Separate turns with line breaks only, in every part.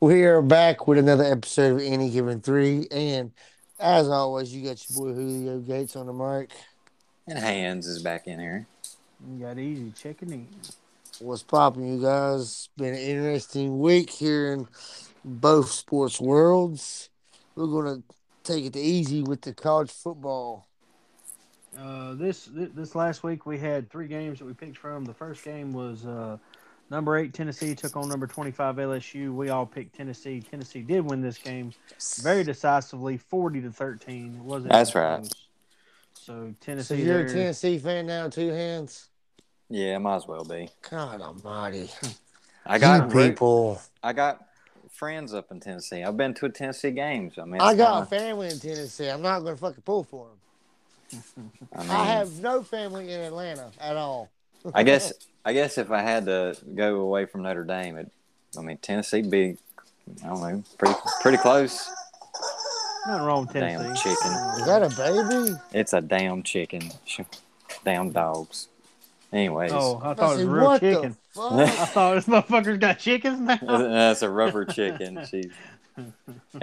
We are back with another episode of Any Given Three, and as always, you got your boy Julio Gates on the mic.
And Hands is back in here.
You got easy checking in.
What's popping, you guys? Been an interesting week here in both sports worlds. We're gonna take it easy with the college football.
Uh, this thi- this last week we had three games that we picked from. The first game was uh, number eight Tennessee took on number twenty five LSU. We all picked Tennessee. Tennessee did win this game very decisively, forty to thirteen. It wasn't
That's
even
right.
close. So
So
Tennessee,
you're a
there-
Tennessee fan now, two hands.
Yeah, might as well be.
God Almighty!
I got
You people.
I got friends up in Tennessee. I've been to a Tennessee games. I mean,
I
it's
got a
kinda-
family in Tennessee. I'm not gonna fucking pull for them.
I, mean,
I
I
have no family in Atlanta at all.
guess. I guess if I had to go away from Notre Dame, it. I mean, Tennessee'd be. I don't know. Pretty pretty close.
nothing wrong with Tennessee.
Damn chicken.
Is that a baby?
It's a damn chicken. Sh- Damn dogs. Anyways,
Oh, I
I
thought it
said,
was real
what the
chicken.
fuck?
I thought this motherfucker's got chickens now.
that's a rubber chicken. She's.
With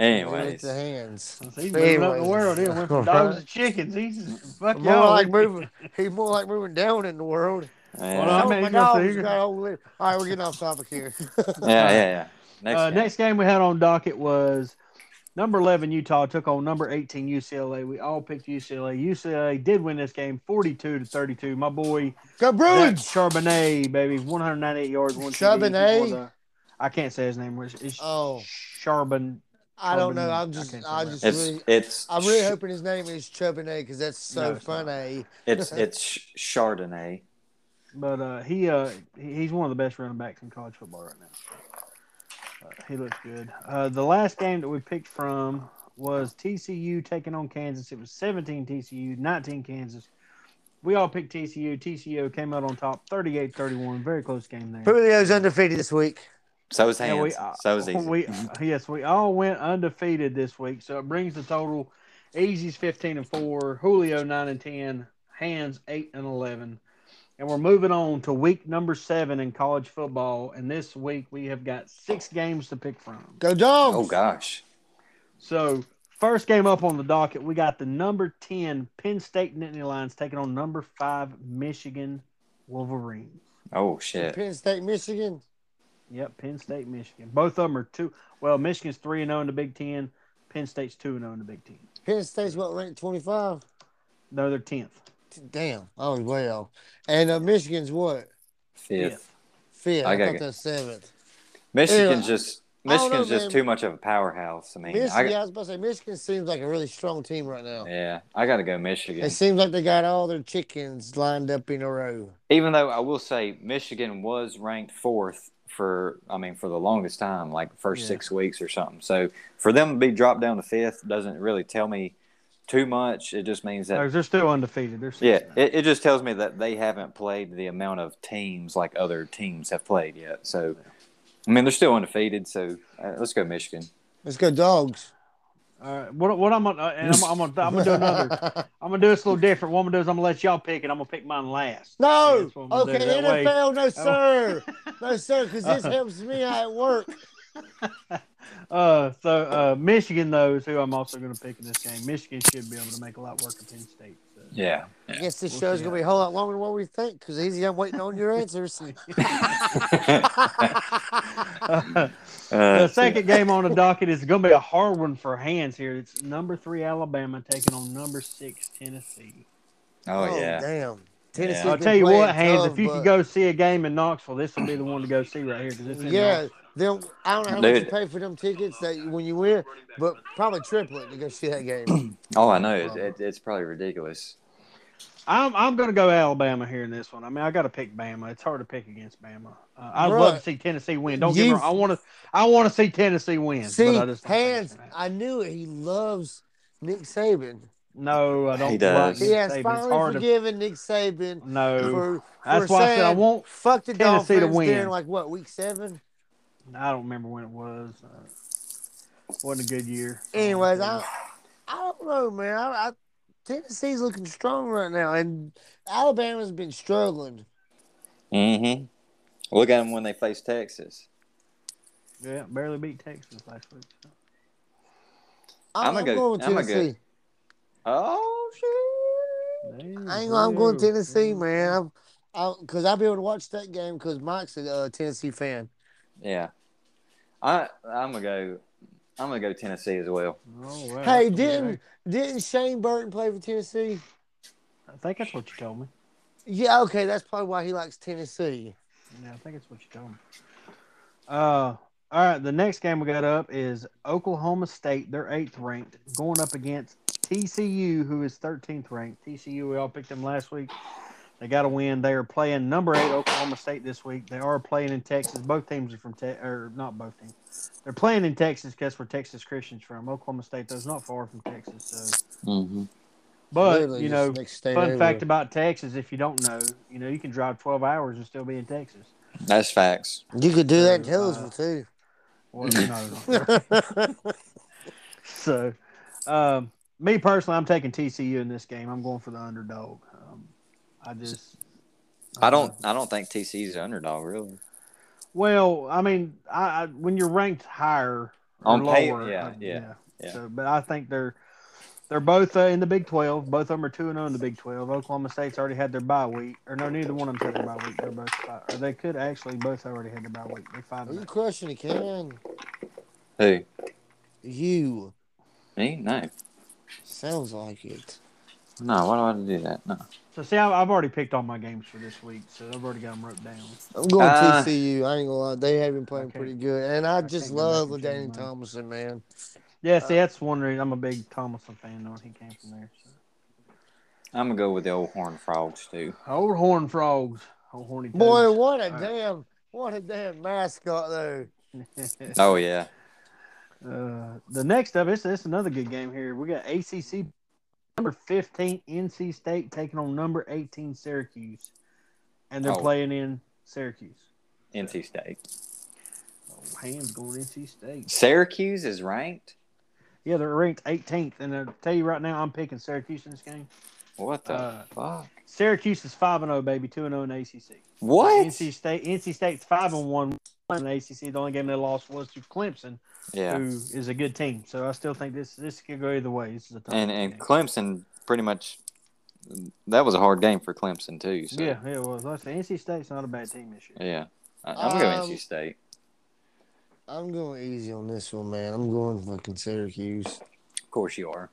Anyways,
the hands.
He's moving up the
Anyways.
world. He went from dogs to chickens. He's fuck
More
y'all.
like moving. He's more like moving down in the world.
Well, I
yeah,
Oh,
mean,
my
you know, so
dog's
you're-
got old li- All right, we're getting off topic here.
yeah, yeah. yeah. Next,
uh,
game.
next game we had on docket was number 11 Utah took on number 18 UCLA. We all picked UCLA. UCLA did win this game 42 to 32. My boy
Go
Zach
Bruins!
Charbonnet, baby, 198 yards, one
Charbonnet?
TD before the- I can't say his name. It's, it's
Oh.
Charbon.
I don't know.
Charbonnet.
I'm
I
just,
can't say
I
that.
just
It's
really,
it's
I'm really hoping his name is Chubinet because that's so
No, it's not.
funny.
it's it's Ch- Chardonnay.
But uh, he uh, he- he's one of the best running backs in college football right now. Uh, he looks good. Uh, the last game that we picked from was TCU taking on Kansas. It was 17 TCU, 19 Kansas. We all picked TCU. TCU came out on top 38 31. Very close game there.
Julio's undefeated this week.
So is
And
hands.
we, uh,
so is easy.
we- yes, we all went undefeated this week. So it brings the total. Easy's 15 and 4, Julio 9 and 10, Hands 8 and 11. And we're moving on to week number seven in college football. And this week we have got six games to pick from.
Go Dogs!
oh gosh.
So, first game up on the docket, we got the number 10 Penn State Nittany Lions taking on number five Michigan Wolverines.
Oh shit.
Penn State, Michigan.
Yep, Penn State, Michigan. Both of them are two. Well, Michigan's three and zero in the Big Ten. Penn State's two and zero in the Big Ten.
Penn State's what, ranked 25?
No, they're tenth.
Damn. I was way off. And uh, Michigan's what?
Fifth.
Fifth.
I
I,
got
thought
it.
that's seventh.
Michigan's
Ew.
just
Oh,
I don't know,
Michigan's just
man.
too much of a powerhouse. I mean, I,
Michigan, I, was about to say, Michigan seems like a really strong team right now.
yeah, I got to go Michigan.
It seems like they got all their chickens lined up in a row.
Even though I will say Michigan was ranked fourth for, I mean, for the longest time, like first
Yeah.
six weeks or something. So for them to be dropped down to fifth doesn't really tell me too much. It just means that
They're, they're still undefeated. They're six
Yeah,
and oh.
it, it just tells me that they haven't played the amount of teams like other teams have played yet. So, I mean, they're still undefeated. So, uh, let's go Michigan.
Let's go, dogs.
All right. What, what I'm gonna uh, and I'm, I'm gonna I'm gonna do another. I'm gonna do this a little different. What I'm gonna do is I'm gonna let y'all pick it. I'm gonna pick mine last. Yeah,
no,
that's what I'm gonna
okay,
do. That way- Oh.
NFL, no sir, no sir, because this helps me out at work.
Uh, so uh, Michigan though is who I'm also gonna pick in this game. Michigan should be able to make a lot work of Penn State. So.
Yeah.
I guess this
We'll
show's
see
gonna
how-
be a whole lot longer than what we think, because easy, I'm waiting on your
Oh,
answers.
the second game on the docket is going to be a hard one for hands here. It's number three Alabama taking on number six Tennessee.
Oh, yeah.
damn. Tennessee.
Yeah.
I'll
been
tell you
playing
what, hands.
tough,
If you
but-
could go see a game in Knoxville, this will be the one to go see right here because it's in
yeah, them. I don't know how much
Dude.
you pay for them tickets that you- when you win, but probably triple it to go see that game.
All I know is it, it's probably ridiculous.
I'm I'm gonna go Alabama here in this one. I mean, I gotta pick Bama. It's hard to pick against Bama. Uh, I'd
Bruh,
love to see Tennessee win. Don't get me
you-
wrong. I want to I want to see Tennessee win.
see,
but I just don't think it's
hands.
gonna happen.
I knew it. He loves Nick Saban.
no, I don't.
He does.
Like
He has
Saban. It's
finally
hard to-
forgiven Nick Saban
no,
for,
That's
for
why I
saying,
said I want
fuck the
Tennessee to
Dolphins
win. Oh,
during like what week seven.
I don't remember when it was. Uh, wasn't a good year.
Anyways, I I don't know, man. I, I, Tennessee's looking strong right now, and Alabama's been struggling.
Mm-hmm. Look at them when they face Texas.
Yeah, barely beat Texas last week. so.
I'm gonna go-
going
I'm gonna go-
Tennessee.
Oh shit!
I ain't, I'm going
Damn.
Tennessee, man. I'm, because I'll be able to watch that game because Mike's a uh, Tennessee fan.
Yeah, I I'm gonna go. I'm gonna go Tennessee as well.
Oh, wow.
Hey,
Yeah,
didn't didn't Shane Burton play for Tennessee?
I think that's what you told me.
Yeah, okay, that's probably why he likes Tennessee.
Yeah, I think that's what you told me. Uh, all right. The next game we got up is Oklahoma State. They're eighth ranked, going up against TCU, who is thirteenth ranked. TCU, we all picked them last week. They got to win. They are playing number eight Oklahoma State this week. They are playing in Texas. Both teams are from Te- or not both teams. They're playing in Texas because where Texas Christians from. Oklahoma State though is not far from Texas. So,
Mm-hmm.
but
Literally
you
just
know,
next state
fun
over.
fact about Texas, if you don't know, you know you can drive twelve hours and still be in Texas.
That's facts.
you could do that in
Uh,
Taylorsville too.
Well, no. uh, so, um, me personally, I'm taking TCU in this game. I'm going for the underdog. Um, I just, uh,
I don't.
Uh-huh.
I don't think TC's an underdog really.
well, I mean, I, I when you're ranked higher or
On
lower, uh,
pa- yeah,
I-
yeah, yeah.
So, but I think they're they're both uh, in the Big Twelve. Both of them are two and zero in the Big Twelve. Oklahoma State's already had their bye week, or no, neither one of them's had their bye week. They're both, five, or they could actually both already had their bye week. They're five.
Are
and
you
oh.
crushing the can?
Who?
You
Me? No.
sounds like it.
No. Why do I do that? No.
So, see, I, I've already picked all my games for this week, so I've already got them wrote down.
I'm going
Uh,
TCU. I ain't gonna lie, they have been playing
Okay.
pretty good, and I,
I
just
can't go back
love
and change
Danny
mine.
Thomason, man.
Yeah, see, that's one reason I'm a big Thomason fan, knowing he came from there. So.
I'm gonna go with the old Horn Frogs too.
Old Horn Frogs. Old Horny
Boy, what a
All right.
damn, what a damn mascot though.
Toads.
Oh yeah.
uh, the next up, it's, it's another good game here. We got ACC number 15, NC State taking on number 18, Syracuse. And they're
Oh.
playing in Syracuse.
NC State.
Oh, hands going NC State.
Syracuse is ranked.
Yeah, they're ranked 18th. And I'll tell you right now, I'm picking Syracuse in this game.
What the
Uh,
fuck?
Syracuse is 5 and 0, baby, 2 and 0 in ACC.
What?
NC State. NC State's five and one in the ACC. The only game they lost was to Clemson,
yeah.
who is a good team. So I still think this this could go either way. This is a tough
And and
game.
Clemson pretty much. That was a hard game for Clemson too. So.
yeah, yeah. Well, like I said, NC State's not a bad team this year.
Yeah. I, I'm gonna go
Um,
NC State.
I'm going easy on this one, man. I'm going fucking Syracuse.
Of course you are.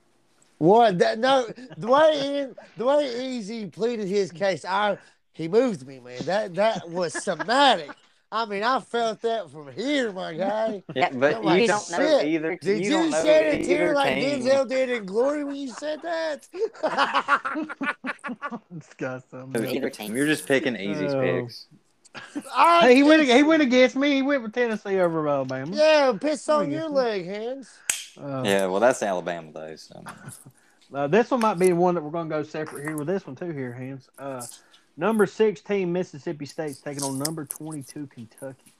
What? That, no, the way in, the way Easy pleaded his case, I he moved me, man. That that was somatic. I mean, I felt that from here, my guy.
Yeah, but
like,
you don't know
shit,
either.
Did you,
don't know
shed a
either
tear like
team.
Denzel did in Glory when you said that?
Disgusting.
Either team. You're just picking easy
Oh.
picks.
I
Hey, he went.
pissed-
He went against me. He went with Tennessee over Alabama.
Yeah, piss on
Wait,
your
isn't-
leg, hands.
Uh,
Yeah, well, that's Alabama though. So.
uh, this one might be one that we're going to go separate here with this one too. Here, hands. Uh, number sixteen Mississippi State's taking on number twenty-two Kentucky.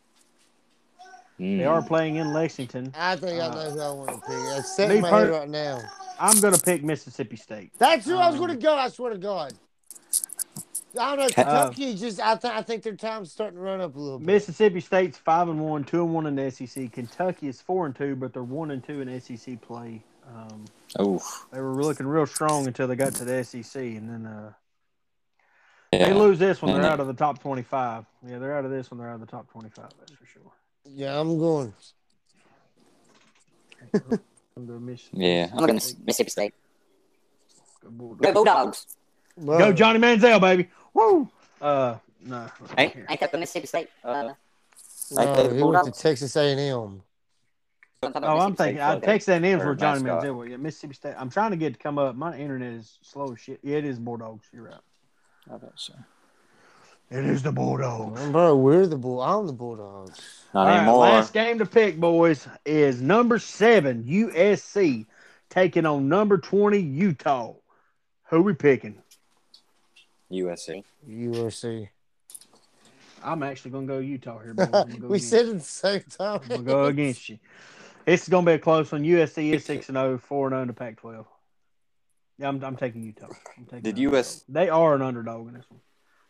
They are playing in Lexington.
I think I
Uh,
know who I want to pick. That's set
me
in my head
per-
right now.
I'm going to pick Mississippi State.
That's who I was
Um,
going to go. I swear to God. I don't know.
um,
Kentucky just. I think. I think their time's starting to run up a little bit.
Mississippi State's five and one, two and one in the SEC. Kentucky is four and two, but they're one and two in SEC play. Um,
Oh,
they were looking real strong until they got to the SEC, and then uh,
yeah.
they lose this one. They're
Yeah.
out of the top twenty-five. Yeah, they're out of this one. They're out of the top twenty-five. That's for sure.
Yeah, I'm going.
Under Mississippi
Yeah.
I'm looking at Mississippi State.
Go Bulldogs.
Go Bulldogs.
Bro,
Go Johnny Manziel, baby. Woo. Uh, no.
Hey.
Here.
Ain't that the Mississippi State? Uh,
No,
I think
he went to Texas A&M.
Oh, I'm thinking. I
State
texted that in for
Or
Johnny
mascot.
Manziel. Yeah, Mississippi State. I'm trying to get it to come up. My internet is slow as shit. Yeah, it is Bulldogs. You're right.
I thought so.
It is the Bulldogs.
Bro, we're the bull. I'm the Bulldogs.
Not anymore.
last game to pick, boys, is number seven USC taking on number twenty Utah. Who we picking?
USC.
USC.
I'm actually gonna go Utah here. Boys. I'm gonna go
we
against-
said it at the same time.
I'm gonna go against you. It's gonna be a close one. USC is six and 0, 4 and zero in the Pac-12. Yeah, I'm, I'm taking Utah. I'm taking
Did
Utah.
US
They are an underdog in this one.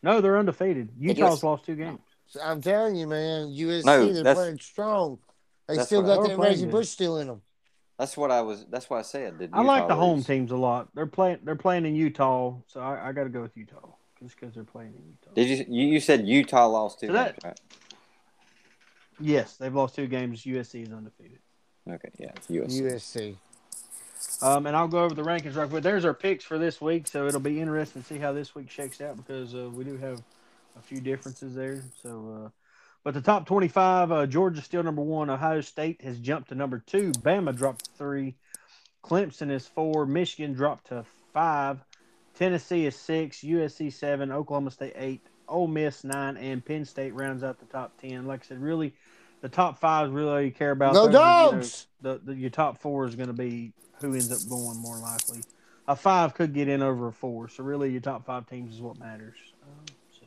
No, they're undefeated. Utah's
US
lost two games.
I'm telling you, man. USC.
No,
they're
that's-
playing strong. They
That's
still
what I-
got
They
that
were playing
Reggie
good.
Bush still in them.
That's what I was. That's why I said. Did
I like the
Utah
home
lose?
teams a lot. They're playing. They're playing in Utah, so I, I got to go with Utah just because they're playing in Utah.
Did you? You, you said Utah lost two.
So
games,
that-
right?
Yes, they've lost two games. USC is undefeated.
Okay. Yeah. It's USC.
USC.
Um, and I'll go over the rankings right quick. There's our picks for this week, so it'll be interesting to see how this week shakes out because uh, we do have a few differences there. So, uh, but the top 25, uh, Georgia's still number one. Ohio State has jumped to number two. Bama dropped to three. Clemson is four. Michigan dropped to five. Tennessee is six. USC seven. Oklahoma State eight. Ole Miss nine, and Penn State rounds out the top ten. Like I said, really, the top five is really all you care about.
Go
Those are, you know,
dogs.
the, the your top four is going to be who ends up going more likely. A five could get in over a four, so really your top five teams is what matters. Um, so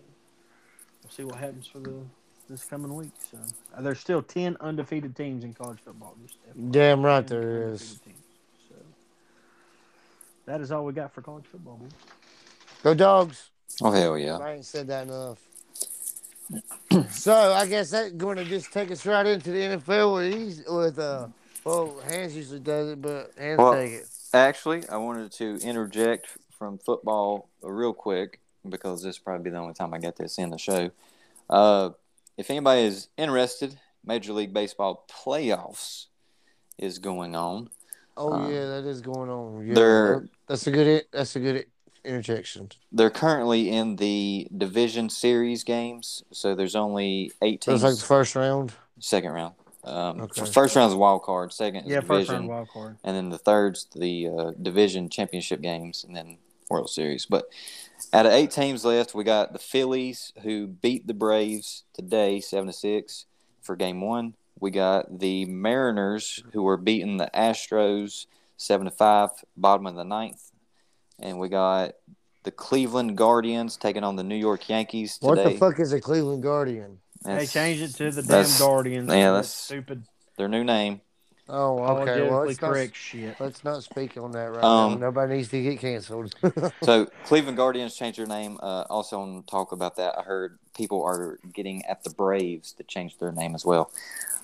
we'll see what happens for the this coming week. So uh, there's still ten undefeated teams in college football. Just FYI.
Damn right
10
there
undefeated
is.
teams. So that is all we got for college football. boys.
Go dogs.
Oh hell yeah.
I ain't said that enough. so I guess that's going to just take us right into the NFL with easy, with uh. Well, Hans usually does it, but Hans
Well-
take it.
Actually, I wanted to interject from football real quick because this will probably be the only time I get this in the show. Uh, if anybody is interested, Major League Baseball playoffs is going on.
Oh
Um,
yeah, that is going on. Yeah,
They're
that's a good. That's a good interjection.
they're currently in the division series games, so there's only eight
That's
teams.
like the first round.
second round. Um,
Okay.
First round is wild card. Second is
Yeah,
division.
first round wild card.
and then the third's the uh, division championship games, and then World Series. But out of eight teams left, we got the Phillies who beat the Braves today, seven to six for Game One. We got the Mariners who were beating the Astros, seven to five, bottom of the ninth, and we got the Cleveland Guardians taking on the New York Yankees today.
What the fuck is a Cleveland Guardian?
They
That's
changed it to the damn
that's-
Guardians.
yeah,
for that
that's-
stupid.
their new name.
Oh, okay. Well,
Politically
let's not,
correct shit.
let's not speak on that right now.
Um,
Nobody needs to get canceled.
So Cleveland Guardians changed their name. Uh, also, on talk about that, I heard people are getting at the Braves to change their name as well,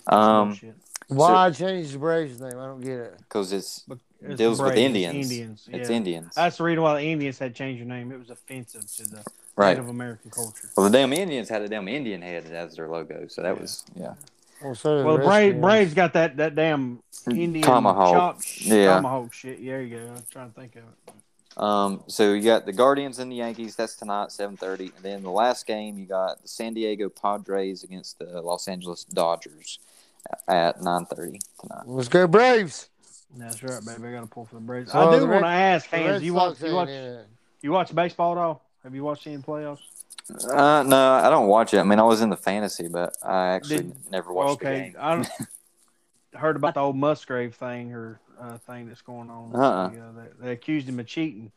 Um, because
Bullshit.
Why change the Braves name? I don't get it.
it's
But it's the
deals with
Braves,
Indians.
Indians.
it's
yeah.
Indians,
That's the reason why the Indians had changed their name. It was offensive to the
right?
Native American culture.
Well, the damn Indians had a damn Indian head as their logo, so that
Yeah.
was yeah.
Well, so do
Well,
the
the Braves,
Redskins.
Braves got that, that damn Indian
Tomahawk.
chop sh-
Yeah.
tomahawk shit. Yeah, you go. I'm trying to think of it.
Um, so you got the Guardians and the Yankees. That's tonight, seven thirty. And then the last game, you got the San Diego Padres against the Los Angeles Dodgers at nine thirty tonight.
Uh,
Let's go Braves.
That's right, baby. I got to pull for the Braves.
So
I do
the
want
Red-
to ask,
The
fans,
Red
you watch,
Sox
you
ain't
watch,
in it.
you watch baseball at all? Have you watched any playoffs?
Uh, no, I don't watch it. I mean, I was in the fantasy, but I actually
Did-
never watched the game.
I don't- heard about the old Musgrave thing or uh, thing that's going on.
Uh-uh.
Yeah, they, they accused him of cheating.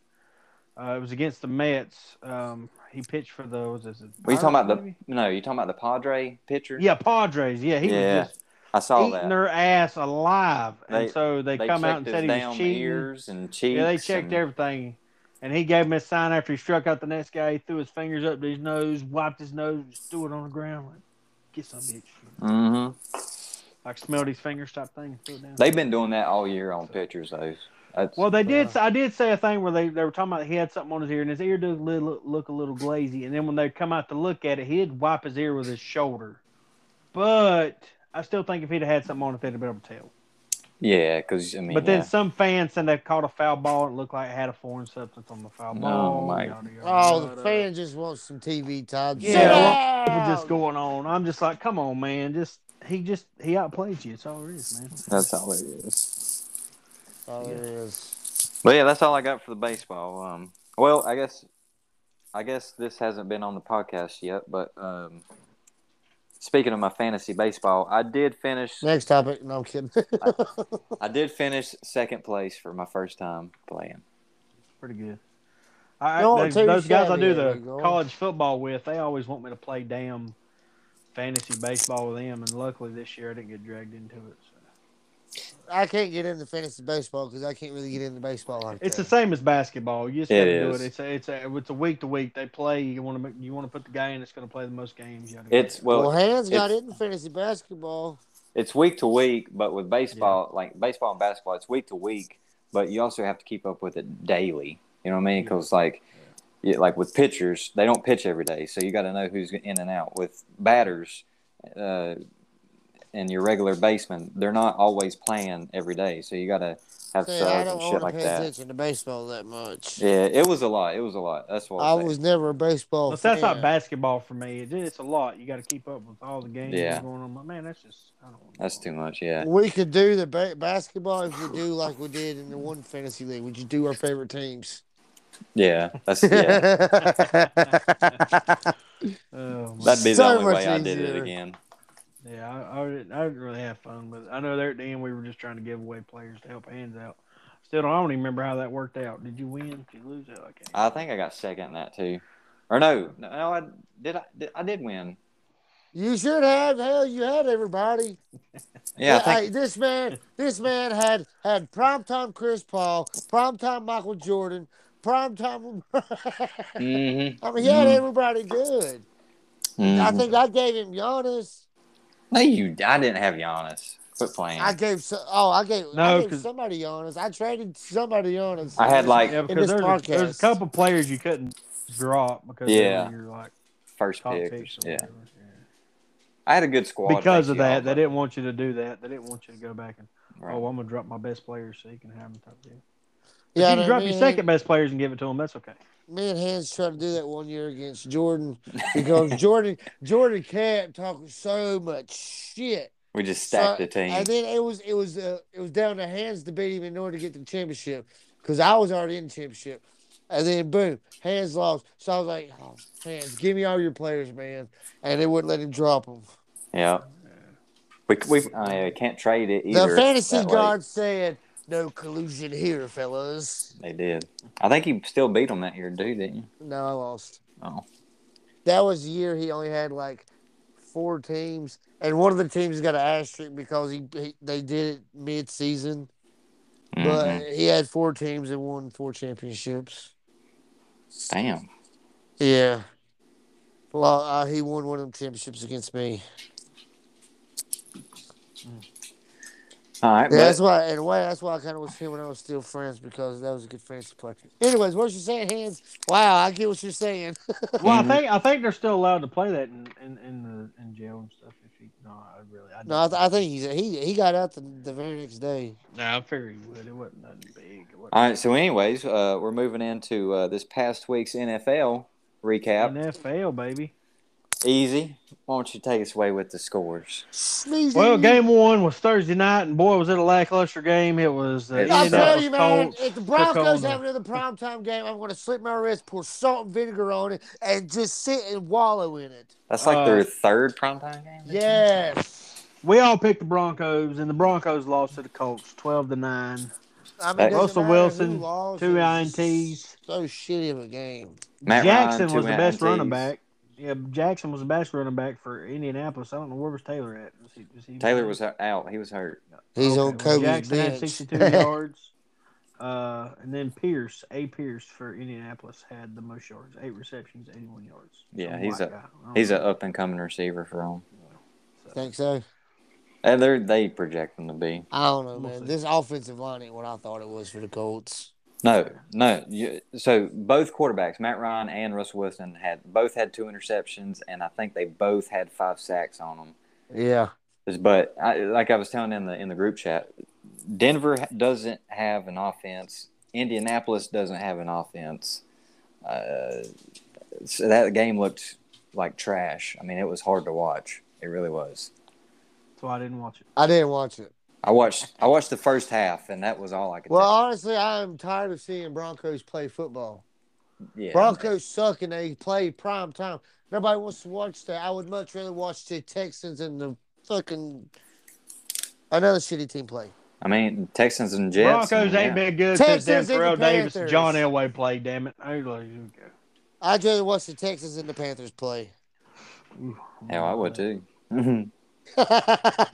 Uh, it was against the Mets. Um, he pitched for those. Was it
Were you talking about
Pirates,
the
maybe?
no? You talking about the Padre pitcher?
Yeah, Padres. Yeah, he
Yeah,
was just
I saw
eating
that.
their ass alive,
They-
and so they,
they
come out and
checked
said he
his
was
damn
cheating.
ears and cheeks.
Yeah, they checked
and-
everything. And he gave him a sign after he struck out the next guy. He threw his fingers up to his nose, wiped his nose, just threw it on the ground. Like, Get some bitch.
Mhm.
Like smelled his fingers, type thing, and threw it down.
They've been doing that all year on pitchers, though. That's,
Well, they did. I did say a thing where they, they were talking about he had something on his ear, and his ear does li- look, look a little glazy. And then when they come out to look at it, he'd wipe his ear with his shoulder. But I still think if he'd have had something on it, they'd have been able to tell.
yeah, because I mean,
but then
yeah.
some fans said they caught a foul ball and it looked like it had a foreign substance on the foul
No,
ball.
my-
yada, yada,
Oh,
yada.
the fan just wants some TV, Todd.
uh, Yeah,
Shut
a
up.
uh, People just going on. I'm just like, come on, man. Just he just he outplayed you. It's all it is, man.
that's all it is.
Oh, there it is.
But yeah, that's all I got for the baseball. Um, well, I guess, I guess this hasn't been on the podcast yet. But um, speaking of my fantasy baseball, I did finish.
Next topic. No, I'm kidding.
I did finish second place for my first time playing.
pretty good. I,
Y'all
those
too
those guys I
shabby,
do the
Eagle.
college football with, they always want me to play damn fantasy baseball with them, and luckily this year I didn't get dragged into it. So.
I can't get into fantasy baseball because I can't really get into baseball like
It's the
that.
same as basketball. You just
It
got to do
is.
it. It's a, it's a it's a week to week. They play. You want to you want to put the guy in that's going to play the most games. yada, yada.
It's well,
Well, Hans got
it's-
into fantasy basketball.
it's week to week, but with baseball, like baseball and basketball, it's week to week, but you also have to keep up with it daily. You know what I mean? Because like, yeah, like with pitchers, they don't pitch every day, so you got to know who's in and out. With batters, uh, and your regular basemen, they're not always playing every day, so you got to have
See, I
subs
don't
and shit
want to
like
pay
that.
attention to baseball that much.
Yeah, it was a lot. It was a lot. That's what
I
I was.
was never a baseball.
But that's not
fan.
basketball for me. It, it's a lot. You got to keep up with all the games
Yeah.
going on. But man, that's just I don't.
That's too much. Yeah.
We could do the ba- basketball if we do like we did in the one fantasy league. Would you do our favorite teams?
Yeah. That's yeah.
Oh, my-
That'd be
So
the only
much
way I did it
easier.
again.
yeah, I, I, didn't, I didn't really have fun, but I know there at the end we were just trying to give away players to help hands out. Still, don't, I don't even remember how that worked out. Did you win? Did you lose? Oh, I can't.
I think I got second in that too, or no? No, I did. I did, I did win.
you should have. Hell, you had everybody.
Yeah, I think
hey, this man, this man had had primetime Chris Paul, primetime Michael Jordan, primetime. I
Mm-hmm.
Mhm.
mean, he had everybody good. I
Mhm.
think I gave him Giannis.
No, you. I didn't have Giannis. Quit playing.
I
I,
gave so, oh, I gave,
No,
I gave
'cause-
somebody Giannis. I traded somebody Giannis.
had like
Yeah,
this
because there's a, there's
podcast.
a couple players you couldn't drop because they
Yeah.
were your, like
first
top
pick.
picks. or
Yeah,
whatever.
I had a good squad
Because of
actually,
that,
all
they didn't want you to do that. They didn't want you to go back and
right.
oh, I'm gonna drop my best players so you can have them. Type of deal. If
yeah,
you
I
drop
mean,
your second best players and give it to them. That's okay.
me and Hans tried to do that one year against Jordan because Jordan Jordan kept talking so much shit.
we just stacked
So-
the team.
And then it was it was uh, it was down to Hans to beat him in order to get the championship because I was already in the championship. And then boom, Hans lost. So I was like, oh, Hans, give me all your players, man. And they wouldn't let him drop them.
yeah. We, we I can't trade it
The
either.
fantasy
that late.
guard said, "No collusion here, fellas."
They did. I think he still beat them that year, too, didn't you?
No, I lost.
Oh.
that was the year he only had like four teams, and one of the teams got an asterisk because he, he they did it mid season.
Mhm.
But he had four teams and won four championships.
Damn.
Yeah, well, uh, he won one of them championships against me.
All right.
Yeah,
but-
that's why, and why that's why I kind of was him when I was still friends because that was a good fantasy play. Anyways, what you're saying, hands? Wow, I get what you're saying.
Well,
Mhm.
I think I think they're still allowed to play that in in, in the in jail and stuff. If you no, I really I
no, I, th- I think he's he he got out the, the very next day.
no, I figured he would. It wasn't nothing big. It wasn't
All right. So, anyways, uh, we're moving into uh, this past week's NFL recap.
NFL baby.
Easy. Why don't you take us away with the scores?
Sneezing.
Well, game one was Thursday night, and boy, was it a lackluster game. It was. Uh,
It's
I
I'll
tell
Indianapolis
you, man,
Colts.
if the
took
Broncos
on the-
have another primetime game, I'm going to slip my wrist, pour salt and vinegar on it, and just sit and wallow in it.
That's like
Uh,
their third primetime game?
Yes.
We all picked the Broncos, and the Broncos lost to the Colts, twelve to nine.
I mean,
Hey,
it doesn't
Russell
matter who
Wilson,
lost,
two
it was
INTs.
So shitty of a game.
Matt
Jackson
Ryan,
was
two
the best
INTs.
running back. Yeah, Jackson was the best running back for Indianapolis. I don't know where was Taylor at. Was he, was he
Taylor was hu- out. He was hurt.
He's
Okay,
on
well,
Kobe's
Jackson had
bench.
62 yards. Uh, and then Pierce, A. Pierce for Indianapolis had the most yards, eight receptions, 81 yards.
Yeah,
Some
he's
white
a-
guy. I don't
He's
know.
an up and coming receiver for them.
So,
Think so?
And they're, they project them to be.
I don't know,
We'll
man.
see.
This offensive line ain't what I thought it was for the Colts.
No, no. You, so both quarterbacks, Matt Ryan and Russell Wilson, had both had two interceptions, and I think they both had five sacks on them.
Yeah.
Is- But I, like I was telling in the in the group chat, Denver ha- doesn't have an offense. Indianapolis doesn't have an offense. Uh, so that game looked like trash. I mean, it was hard to watch. It really was.
so I didn't watch it.
I didn't watch it.
I watched I watched the first half, and that was all I could.
Well, honestly, I am tired of seeing Broncos play football.
take. yeah,
Broncos suck and they play prime time. Nobody wants to watch that. I would much rather watch the Texans and the fucking another shitty team play.
I mean Texans and Jets.
Broncos
yeah.
ain't been good
Texans
since then
and the
Terrell Davis and
Panthers.
John Elway played, damn it. I was like, okay.
I'd rather watch the Texans and the Panthers play.
Ooh.
Hell, I would too. Mhm.
that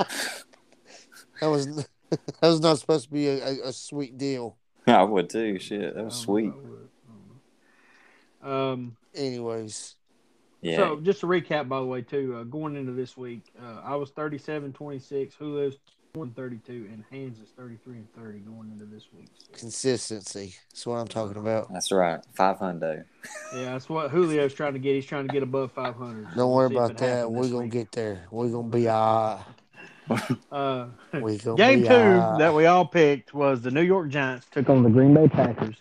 was that was not supposed to be a, a, a sweet deal.
I would too. Shit, that
I
was
don't
sweet.
know, I would. I don't know. Um,
Anyways,
Yeah.
So just to recap, by the way, too, uh, going into this week, uh, I was 37, 26, Julio's 132, and Hans is 33 and 30 going into this week.
Consistency. That's what I'm talking about.
That's right. Five hundo.
Yeah, that's what Julio's trying to get. He's trying to get above 500.
Don't worry
See if
about
it
that.
happened
We're
this
gonna
week.
get there. We're gonna be all right.
Uh,
We gonna
game
be uh,
two
all
that we all picked was the New York Giants took on the Green Bay Packers.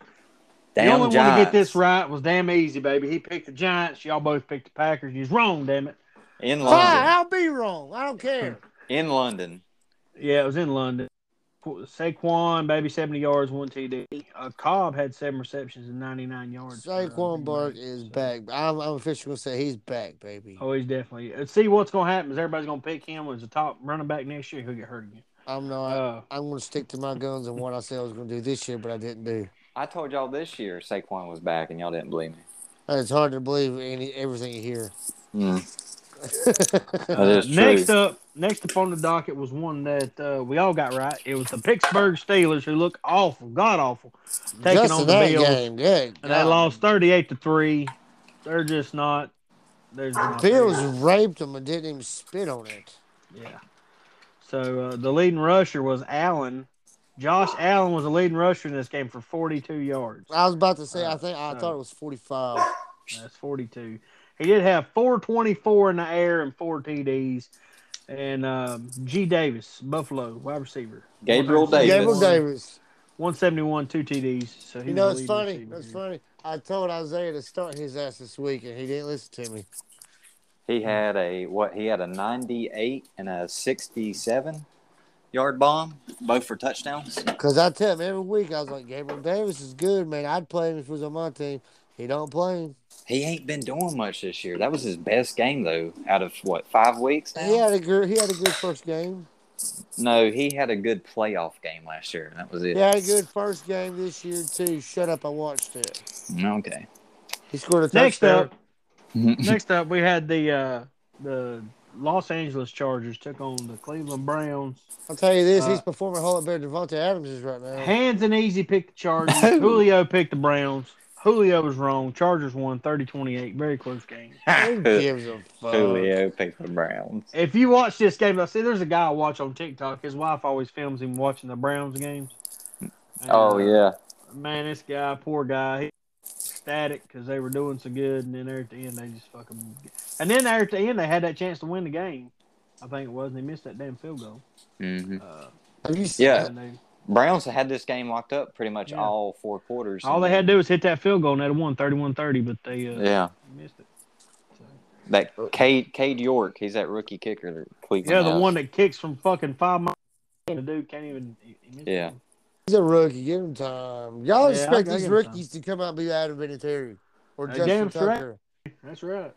Damn
the only one to get
Giants.
this right was damn easy, baby. He picked the Giants. Y'all both picked the Packers. You's wrong, damn it.
in
Fine,
London.
I'll be wrong. I don't care.
In London.
Yeah, it was in London. Saquon, baby, 70 yards, one TD. Uh, Cobb had seven receptions and 99 yards. for, uh, Green
Saquon
Bay.
Bark is
So-
back. I'm, I'm officially gonna say he's back, baby.
Oh, he's definitely. uh, See what's going to happen is everybody's going to pick him as the top running back next year. He'll get hurt again.
I'm not.
Uh,
I'm gonna stick to my guns and what I said I was gonna do this year, but I didn't do.
I told y'all this year Saquon was back, and y'all didn't believe me.
And It's hard to believe any everything you hear.
Mm.
I
Uh,
That is true.
next up, next up on the docket was one that uh, we all got right. It was the Pittsburgh Steelers, who look awful, god awful, taking
Just
on
in
the
that
Bills.
game, yeah.
And they lost 38 to 3. They're just not. They're just not
Bills
there.
raped him and didn't even spit on it.
Yeah. So uh, the leading rusher was Allen. Josh Allen was the leading rusher in this game for 42 yards.
I was about to say. I
Uh,
think I
so-
thought it was 45.
That's 42. He did have 424 in the air and four TDs. And um, G. Davis, Buffalo, wide receiver.
Gabriel Davis.
Gabriel Davis.
171, two TDs. So he's
You know, it's
the leading
funny.
receiver
It's
here.
funny. I told Isaiah to start his ass this week, and he didn't listen to me.
He had a what? He had a 98 and a 67 yard bomb, both for touchdowns.
Cause I tell him every week, I was like, Gabriel Davis is good, man. I'd play him if he was on my team. He don't play him.
He ain't been doing much this year. That was his best game though, out of what five weeks now.
He had a good. He had a good first game.
No, he had a good playoff game last year. and That was it.
He had a good first game this year too. Shut up! I watched it.
Okay.
He scored a touchdown.
Next up,
Mhm.
Next up, we had the uh, the Los Angeles Chargers took on the Cleveland Browns.
I'll tell you this:
Uh,
he's performing a whole lot better than Devontae Adams is right now.
Hands and easy picked the Chargers. Julio picked the Browns. Julio was wrong. Chargers won 30-28. Very close game.
Who gives a fuck?
Julio picked the Browns.
If you watch this game, I see there's a guy I watch on TikTok. His wife always films him watching the Browns games. And,
Oh
uh,
yeah.
man, this guy, poor guy, he static because they were doing so good, and then there at the end they just fucking. And then there at the end they had that chance to win the game. I think it was, and they missed that damn field goal.
hmm
Uh,
Have you seen
Yeah.
and they-
Browns had this game locked up pretty much
Yeah.
all four quarters.
all they had to do was hit that field goal, and they'd have won 31-30, but they uh,
Yeah.
missed it. So-
That Cade Cade York, he's that rookie kicker that
yeah,
Cleveland.
the
has.
one that kicks from fucking five miles. The dude can't even. he- he missed
Yeah.
it.
He's a rookie. Give him time. Y'all
Yeah, I- I
expect
give
these
him
rookies to come out and be Adam Vinatieri or
Uh,
Justin
damn straight.
Tucker.
That's right.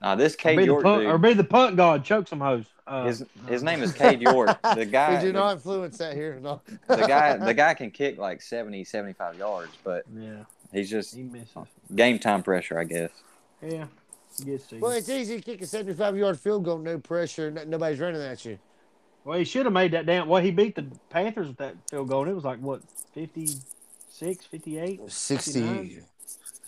Nah, this
Or
Cade
be, the
York
punt,
dude,
or be the punt god, choke some hoes. Uh,
his his
uh,
name is Cade York. The guy
we do
the,
not influence that here. No.
the guy the guy can kick like 70, 75 yards, but
Yeah,
he's just
he misses.
game time pressure, I guess.
Yeah, he gets to you.
Well, it's easy to kick a 75 yard field goal, no pressure, no, nobody's running at you.
Well, he should have made that damn. Well, he beat the Panthers with that field goal, and it was like what 56, 58,
60.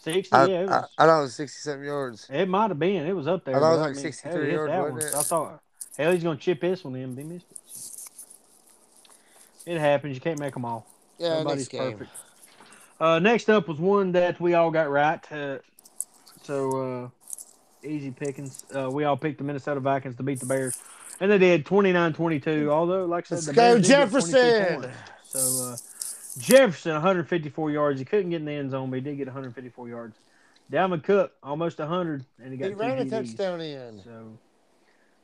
60.
I,
yeah, it,
I,
was,
I thought it was 67 yards.
it might have been. It was up there.
I thought it was
but,
like
mean,
63
hell, he hit
yards,
that
wasn't
one.
it?
So I thought, hell, he's gonna chip this one in, but he missed it. It happens. You can't make them all.
Yeah,
Nobody's
next game.
perfect. Uh, next up was one that we all got right. Uh, so uh, easy pickings. Uh, we all picked the Minnesota Vikings to beat the Bears, and they did 29-22. Although, like I said,
Let's
the
go,
Bears did get 22
Jefferson!
points. So uh, Jefferson, 154 yards. He couldn't get in the end zone, but he did get 154 yards. Diamond Cook, almost 100, and he got
He
two
ran a
TDs.
touchdown in.
So,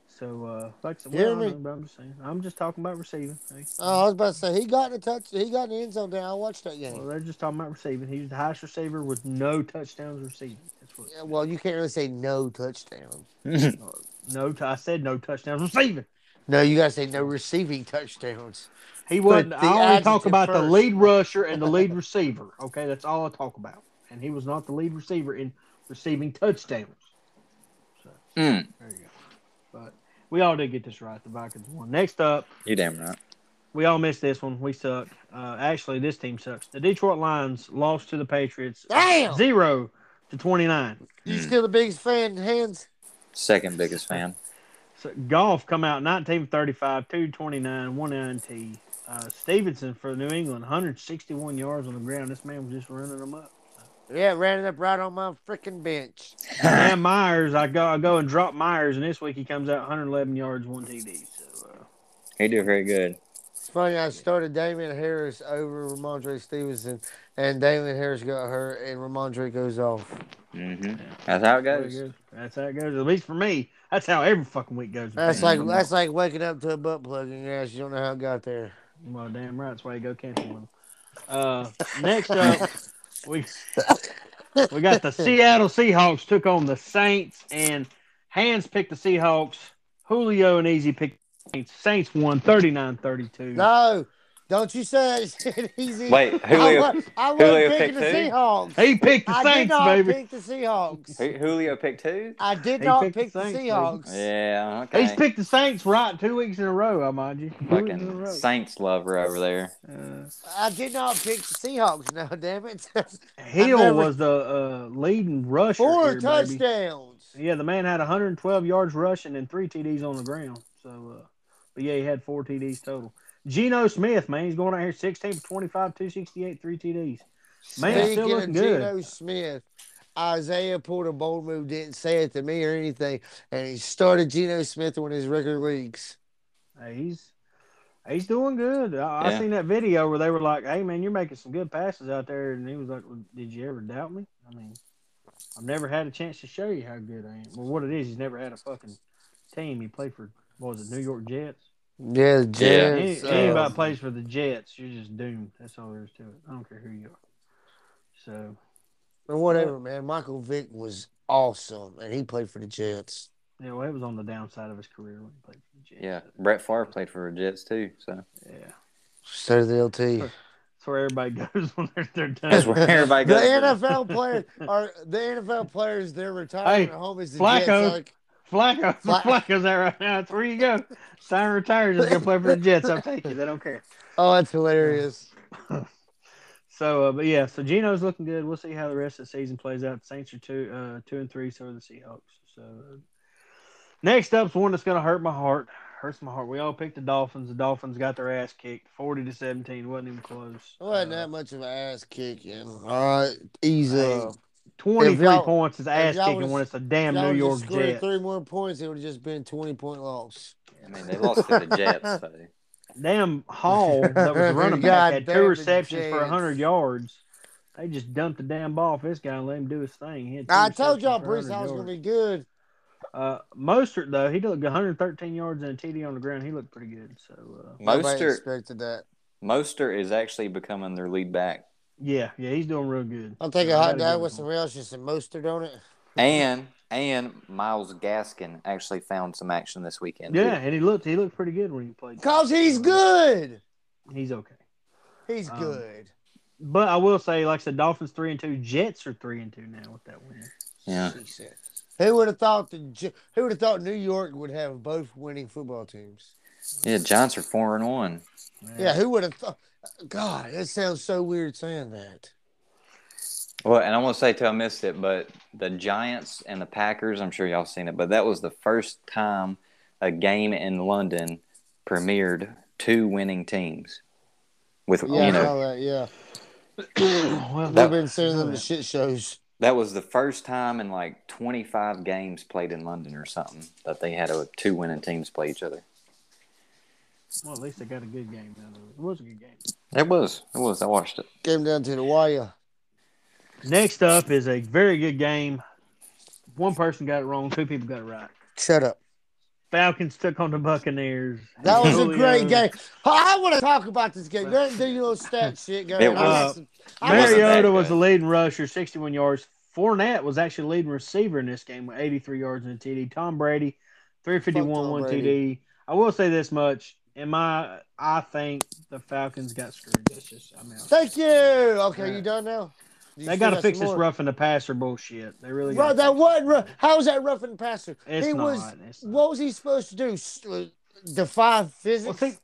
so uh, like I said,
Hear
well, I
me?
know, but I'm just saying, I'm just talking about receiving. Hey.
Oh, I was about to say he got in the touch. He got in the end zone. Down. I watched that game.
Well, they're just talking about receiving. He was the highest receiver with no touchdowns receiving. That's what.
Yeah, well, you can't really say no touchdown.
No, t- I said no touchdowns receiving.
No, you gotta say no receiving touchdowns.
He wasn't.
the
I only talk
adjective
about the
first.
lead rusher and the lead receiver. Okay, that's all I talk about. And he was not the lead receiver in receiving touchdowns. So
Hmm.
Mm,
there you go. But we all did get this right. The Vikings won. Next up,
you damn right.
we all missed this one. We suck. Uh, actually, this team sucks. The Detroit Lions lost to the Patriots
Damn.
zero to 29.
You still the biggest fan, Hands?
Second biggest fan.
So golf come out 1935, 229, 190. Uh, Stevenson for New England, 161 yards on the ground. This man was just running them up.
Yeah, ran it up right on my freaking bench.
Dan Myers, I go, I go and drop Myers, and this week he comes out 111 yards, one TD. So uh,
he did very good.
It's funny, I started Damian Harris over Ramondre Stevenson, and Damian Harris got hurt, and Ramondre goes off.
hmm That's how it
there it
goes.
goes. that's how it goes. At least for me, that's how every fucking week goes.
That's like that's like waking up to a butt plug in your ass. You don't know how it got there.
well, damn right. That's why you go camping with him. Uh, next up, we we got the Seattle Seahawks took on the Saints, and Hands picked the Seahawks. Julio and Easy picked the Saints. Saints won 39-32.
No, don't you say that shit easy.
Wait,
I,
Oh,
Julio,
wa- I wasn't
Julio
picking the
picked who?
Seahawks.
He picked the
I did
Saints,
not
baby.
pick the Seahawks.
Ju- Julio picked two.
I did
He
not
picked the
pick the
Saints, baby.
Seahawks.
Yeah, okay.
He's picked the Saints right two weeks in a row, I mind you. Two weeks in a
Fucking
row.
Saints lover over there.
Uh,
I did not pick the Seahawks. No, damn it.
Hill
never-
was the uh, leading rusher.
Four
here, baby.
touchdowns.
Yeah, the man had 112 yards rushing and three TDs on the ground. So, uh, but yeah, he had four TDs total. Geno Smith, man, he's going out here 16 for 25, 268, three TDs. Man, it's
Speaking
still looking
of
good.
Geno Smith, Isaiah pulled a bold move, didn't say it to me or anything, and he started Geno Smith in his record leagues.
Hey, he's he's doing good. I, I
Yeah.
seen that video where they were like, "Hey, man, you're making some good passes out there," and he was like, well, "Did you ever doubt me? I mean, I've never had a chance to show you how good I am." Well, what it is, he's never had a fucking team. He played for what was it, New York Jets?
Yeah, the
Yeah.
Any,
Jets. uh,
anybody plays for the Jets, you're just doomed. That's all there is to it. I don't care who you are. So
But whatever, man. Michael Vick was awesome, and he played for the Jets.
yeah, well, it was on the downside of his career when he played for the Jets.
Yeah, Brett Favre played for the Jets too, so
yeah.
So did the LT.
That's where everybody goes when they're, they're done.
that's where everybody
The
goes.
uh,
NFL players are the NFL players. Their retirement
Hey,
home is the
Flacco.
Jets. Like,
Flacco.
Fla-
Flacco's out right now. That's where you go. Sign retired. Just gonna play for the Jets. I'll take you. They don't care.
oh, that's hilarious.
So, uh, but yeah, so Geno's looking good. We'll see how the rest of the season plays out. The Saints are two, uh, two and three. So are the Seahawks. So, uh, next up's one that's gonna hurt my heart. Hurts my heart. We all picked the Dolphins. The Dolphins got their ass kicked, forty to seventeen. wasn't even close.
It wasn't
Uh,
that much of an ass kicking. All right, ease
Hey,
up. If
Twenty-three
y'all-
points is ass
y'all
kicking
would've-
when it's a damn
Y'all
New
just
York
scored
Jets.
Three more points, it would have just been a twenty point loss.
I mean, they lost to the Jets. So.
damn Hall that was running
God
back had
damn
two
it,
receptions for
Jets.
hundred yards. They just dumped the damn ball off this guy and let him do his thing. He had two
I told
receptions
y'all
for
Brees
100
Hall was
yards.
gonna be good.
Uh, Mostert though, he looked 113 yards and a TD on the ground. He looked pretty good. So uh,
Nobody
Mostert,
expected that.
Mostert is actually becoming their lead back,
yeah, yeah, he's doing real good.
I'll take
Uh,
a hot
that'd
dog
be
with
good.
some relish and some mustard on it.
and and Miles Gaskin actually found some action this weekend. too.
Yeah, and he looked he looked pretty good when he played.
Cause he's
Um,
good.
He's okay.
He's
Um,
good.
But I will say, like I said, Dolphins three and two, Jets are three and two now with that win.
yeah.
She said. Who would have thought the J- Who would have thought New York would have both winning football teams?
Yeah, Giants are four and one.
Yeah, who would have thought? God, that sounds so weird saying that.
Well, and I want to say too, I missed it, but the Giants and the Packers. I'm sure y'all seen it, but that was the first time a game in London premiered two winning teams with
Yeah,
you
I
know
saw that. Yeah,
well,
they've
That-
been sending them
Yeah.
to shit shows.
That was the first time in like 25 games played in London or something that they had a two winning teams play each other.
well, at least they got a good game. Out of it. it was a good game.
It was. It was. I watched it.
Came down to the wire.
Next up is a very good game. One person got it wrong, two people got it right.
Shut up.
Falcons took on the Buccaneers.
That was a
Julio-
uh,
great game. I want to talk about this game. Go ahead and do your little stat shit. Go ahead.
It
I got
was-
some- I got some-
Mario-
Mariota
that
was
good.
the leading rusher, 61 yards. Fournette was actually leading receiver in this game with 83 yards and a TD. Tom Brady, 351,
Fuck Tom
one
Brady.
TD. I will say this much. In my, I think the Falcons got screwed. That's just, I mean,
Thank you. Okay,
Yeah.
you done now? You
they
still
got to
some
fix this
more?
roughing the passer bullshit. They really
Bro,
got
that wasn't rough. How was that roughing the passer?
It's
he
not.
was.
it's not.
What was he supposed to do? S- uh, Defy
Well,
physics?
think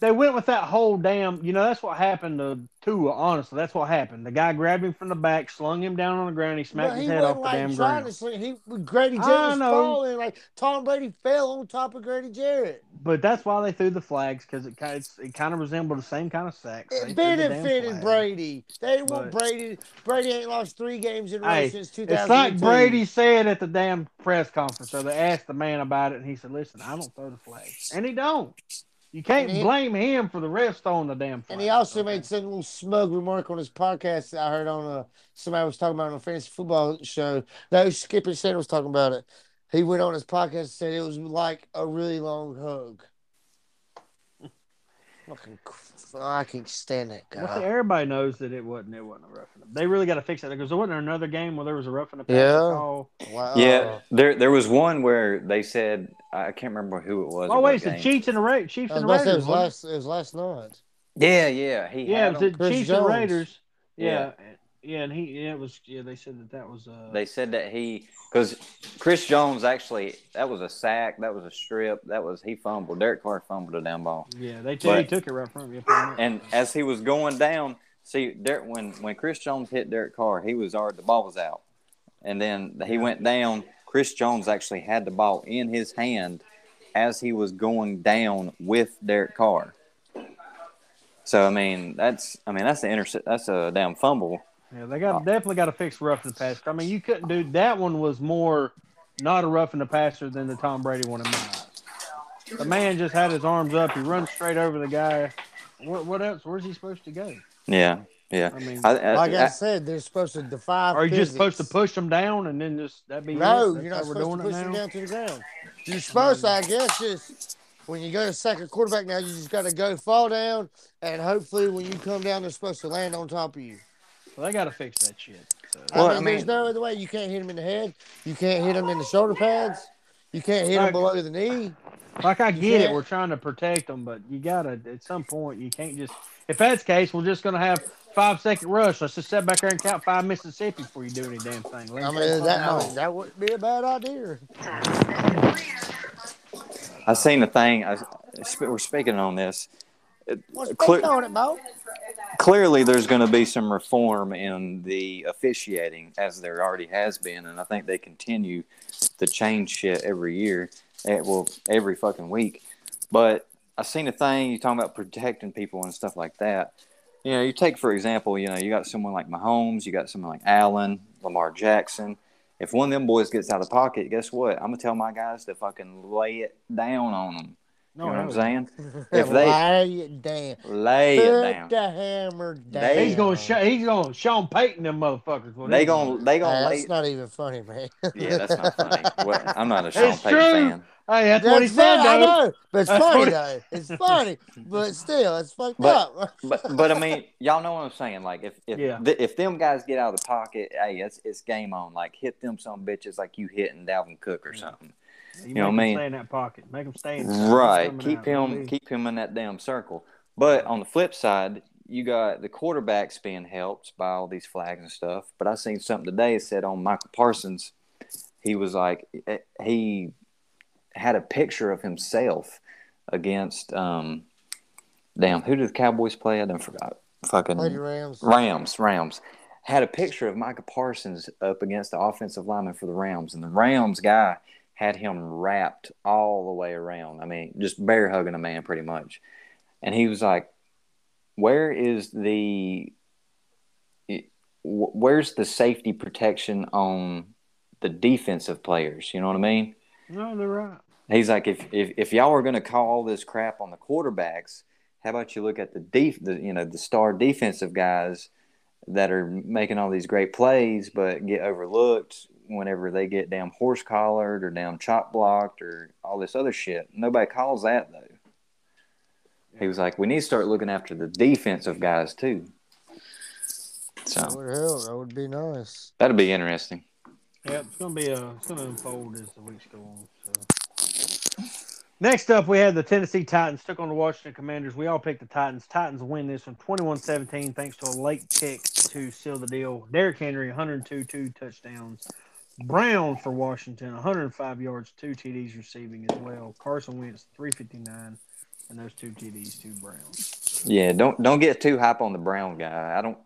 they went with that whole damn. You know, that's what happened to Tua. Honestly, that's what happened. The guy grabbed him from the back, slung him down on the ground, he smacked
But he
his head
wasn't
off the
like
damn
trying to
ground.
swing. He Grady
I
Jarrett was
know.
falling like Tom Brady fell on top of Grady Jarrett.
But that's why they threw the flags because it kind of, it kind of resembled the same kind of sack. so they
It
threw the damn
benefited
flag.
Brady. They want
But-
Brady. Brady ain't lost three games in a row
Hey,
since
It's
2000.
like Brady said at the damn press conference. So they asked the man about it, and he said, "Listen, I don't throw the flag," and he don't. You can't
And he-
blame him for the refs throwing the damn flag.
And he also
okay?
made some little smug remark on his podcast that I heard on uh, somebody was talking about on a fantasy football show. No, Skipper said was talking about it. He went on his podcast and said it was like a really long hug. Fucking, cr- oh, I can't stand that guy.
Well, see, everybody knows that it wasn't. It wasn't a roughing up. They really got to fix that because there wasn't another game where there was a roughing up.
Yeah.
call.
Wow.
Yeah, there there was one where they said I can't remember who it was.
Oh
or
wait,
what
it's the
game.
Chiefs and the Ra- Chiefs
I was
and the
about to say it was
Raiders. wasn't
last. It was last night.
Yeah, yeah,
it?
he
Yeah,
had
it was
'em.
the
Chris
Chiefs and
Jones.
the Raiders. Yeah.
Yeah.
yeah, and he yeah, it was yeah. They said that that was uh.
They said that he because Chris Jones actually that was a sack, that was a strip, that was he fumbled. Derek Carr fumbled a down ball,
yeah, they
But-
he took it right from you. Yeah,
and as he was going down, see Derek when when Chris Jones hit Derek Carr, he was already the ball was out, and then he went down. Chris Jones actually had the ball in his hand as he was going down with Derek Carr. So I mean that's I mean that's the intercept that's a damn fumble.
Yeah, they got definitely got to fix roughing the passer. I mean, you couldn't do that one was more not a roughing the passer than the Tom Brady one in my eyes. The man just had his arms up. He runs straight over the guy. What, what else? Where's he supposed to go?
Yeah, yeah.
I mean,
I, I,
Like I,
I-
said, they're supposed to defy.
are you just supposed to
physics.
push him down and then just that be?
No,
it? That's
you're not
how we're
supposed to
doing
push
it
him
now?
down to the ground. You're supposed to, I guess, just when you go to second quarterback now, you just got to go fall down, and hopefully when you come down, they're supposed to land on top of you.
Well, they got to fix that shit. So.
Well,
I,
I
mean, there's
mean-
no other way. You can't hit him in the head. You can't hit him in the shoulder pads. You can't hit him
Like-
below the knee.
Like I get it,
Yeah.
we're trying to protect them, but you gotta at some point you can't just. If that's the case, we're just gonna have five second rush. Let's just sit back there and count five Mississippi before you do any damn thing. Let
I
me
mean,
fuck
that
know.
that wouldn't be a bad idea.
I seen a thing. I, sp- we're speaking on this.
What's
Clear-
going on it, Bo?
Clearly, there's going to be some reform in the officiating, as there already has been, and I think they continue to change shit every year. It will every fucking week. But I seen a thing you talking about protecting people and stuff like that. You know, you take for example, you know, you got someone like Mahomes, you got someone like Allen, Lamar Jackson. If one of them boys gets out of pocket, guess what? I'm gonna tell my guys to fucking lay it down on them. You
No,
know what I'm
no.
saying? If they-
Lay it down.
Lay
Put
it down.
the hammer down.
They-
He's gonna sh- he's gonna Sean Payton them motherfuckers. what
They
he's
gonna they
Uh,
gonna lay.
that's not even funny, man.
yeah, that's not funny. What, I'm not a Sean
It's
Payton
true.
fan.
Hey, that's, what he said.
I
though.
know, but it's
That's what
funny
he-
though. It's funny, but still, it's fucked
But-
up.
But but I mean, y'all know what I'm saying. Like if if
Yeah.
th- if them guys get out of the pocket, hey, it's it's game on. Like hit them some bitches like you hitting Dalvin Cook or something.
You,
know what I
make him
mean?
Stay in that pocket. Make him stay. In
Right.
Coming
Keep
out,
him
please.
keep him in that damn circle. But on the flip side, you got the quarterbacks being helped by all these flags and stuff. But I seen something today it said on Michael Parsons, he was like eh, he had a picture of himself against um damn who did the Cowboys play? I done forgot. Fucking
Lady Rams.
Rams, Rams. Had a picture of Micah Parsons up against the offensive lineman for the Rams, and the Rams guy had him wrapped all the way around. I mean, just bear hugging a man pretty much. And he was like, Where is the wh- where's the safety protection on the defensive players? You know what I mean?
No, they're right.
He's like, if if, if y'all are going to call all this crap on the quarterbacks, how about you look at the def, the, you know, the star defensive guys that are making all these great plays, but get overlooked whenever they get damn horse collared or damn chop blocked or all this other shit. Nobody calls that though. He was like, we need to start looking after the defensive guys too.
That
So
would help. That would be nice.
that'll be interesting.
Yeah, it's gonna be uh, it's gonna unfold as the weeks go on. So. Next up, we had the Tennessee Titans took on the Washington Commanders. We all picked the Titans. Titans win this one 21-17 thanks to a late kick to seal the deal. Derrick Henry, 102, two touchdowns. Brown for Washington, 105 yards, two TDs receiving as well. Carson Wentz, 359 and there's two TDs, two Browns.
Yeah, don't don't get too hype on the Brown guy. I don't.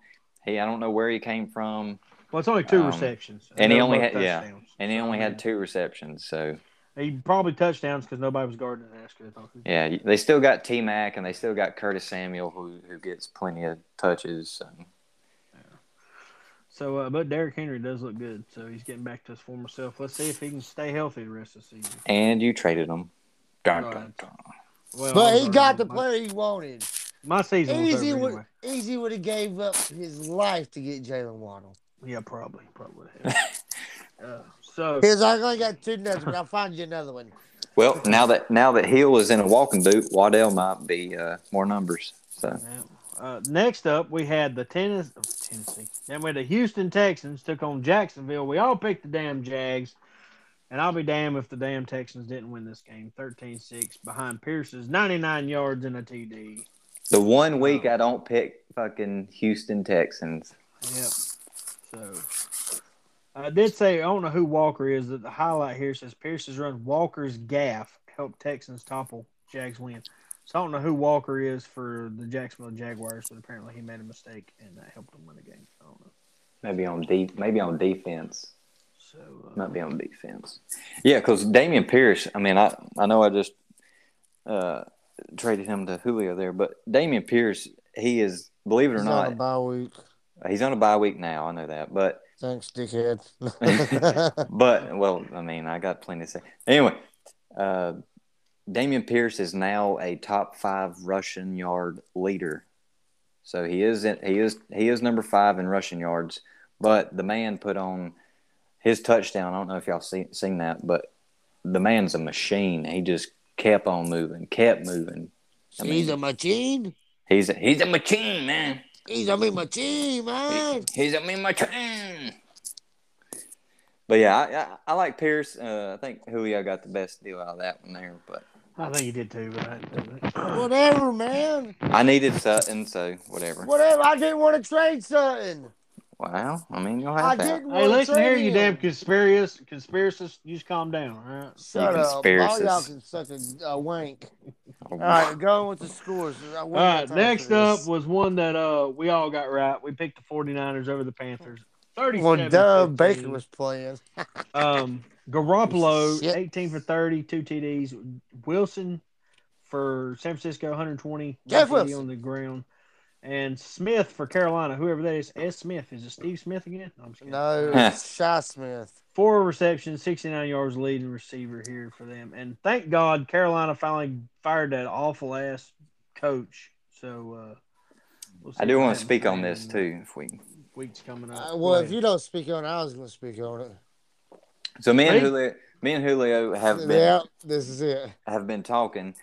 Hey, I don't know where he came from,
Well, it's only two
Um,
receptions,
and he
they're
only
both
had- yeah,
touchdowns.
and he
So,
only
I
had
mean,
two receptions. So
He probably touchdowns because nobody was guarding his ass good. though.
yeah, they still got T Mac and they still got Curtis Samuel, who who gets plenty of touches. So.
So, uh, but Derrick Henry does look good, so he's getting back to his former self. Let's see if he can stay healthy the rest of the season.
And you traded him. Dun, dun,
Right.
dun.
Well,
But he
I'm
got
sorry,
the
my-
player he wanted.
My season was
Easy
over
would
anyway.
Easy would have gave up his life to get Jalen Waddle.
Yeah, probably, probably. uh, so
Because I only got two nuts, but I'll find you another one.
Well, now that now that Hill is in a walking boot, Waddell might be uh, more numbers. So
Uh, next up, we had the Tennis, oh, Tennessee. Then we had the Houston Texans took on Jacksonville. We all picked the damn Jags. And I'll be damned if the damn Texans didn't win this game 13 6 behind Pierce's 99 yards and a TD.
the one week I don't pick fucking Houston Texans.
Yep. So I did say, I don't know who Walker is, that the highlight here says Pierce's run Walker's gaff helped Texans topple Jags win. So I don't know who Walker is for the Jacksonville Jaguars, but apparently he made a mistake and that helped them win the game. I don't know.
Maybe on de- maybe on defense.
So uh,
Might be on defense. Yeah, because Damian Pierce. I mean, I I know I just uh, traded him to Julio there, but Damian Pierce, he is believe it or
He's on
not,
a bye week.
he's on a bye week now. I know that, but
Thanks, dickhead.
but well, I mean, I got plenty to say. Anyway, uh, Damian Pierce is now a top five rushing yard leader. So he is in, he is he is number five in rushing yards. But the man put on his touchdown. I don't know if y'all see, seen that, but the man's a machine. He just kept on moving, kept moving. I mean-
He's a machine.
He's a, he's a machine, man.
He's a me machine, man.
He's a mean machine. But yeah, I, I, I like Pierce. Uh, I think Julio got the best deal out of that one there. But
I think he did too, but I didn't do it.
Whatever, man.
I needed Sutton, so whatever.
Whatever. I didn't want to trade something.
Wow. I mean, you'll
I
have that.
didn't want
Hey,
to
listen here,
trade
you
him.
damn conspiracist, conspiracist. You just calm down, all right?
Shut
You
up. All y'all
conspiracists.
can suck a, a wank.
All
All right, going with the scores. I
All right, next up was one that uh we all got right. We picked the 49ers over the Panthers. 37
Well, Dub Baker was playing.
um Garoppolo
Shit.
18 for 30, two TDs. Wilson for San Francisco 120
Jeff
TD
Wilson.
on the ground. And Smith for Carolina, whoever that is. S Smith is it Steve Smith again? No, I'm just kidding.
No, it's Shy Smith.
Four receptions, 69 yards leading receiver here for them. And thank God Carolina finally fired that awful ass coach. So uh we'll see
I do
what
want to
happens
speak
with
on
them
this too, if we.
Weeks coming up.
Uh,
Go
well,
ahead.
if you don't speak on it, I was going to speak on it.
So me and
Ready?
Julio, me and Julio have been
Yeah, this is it.
have been talking,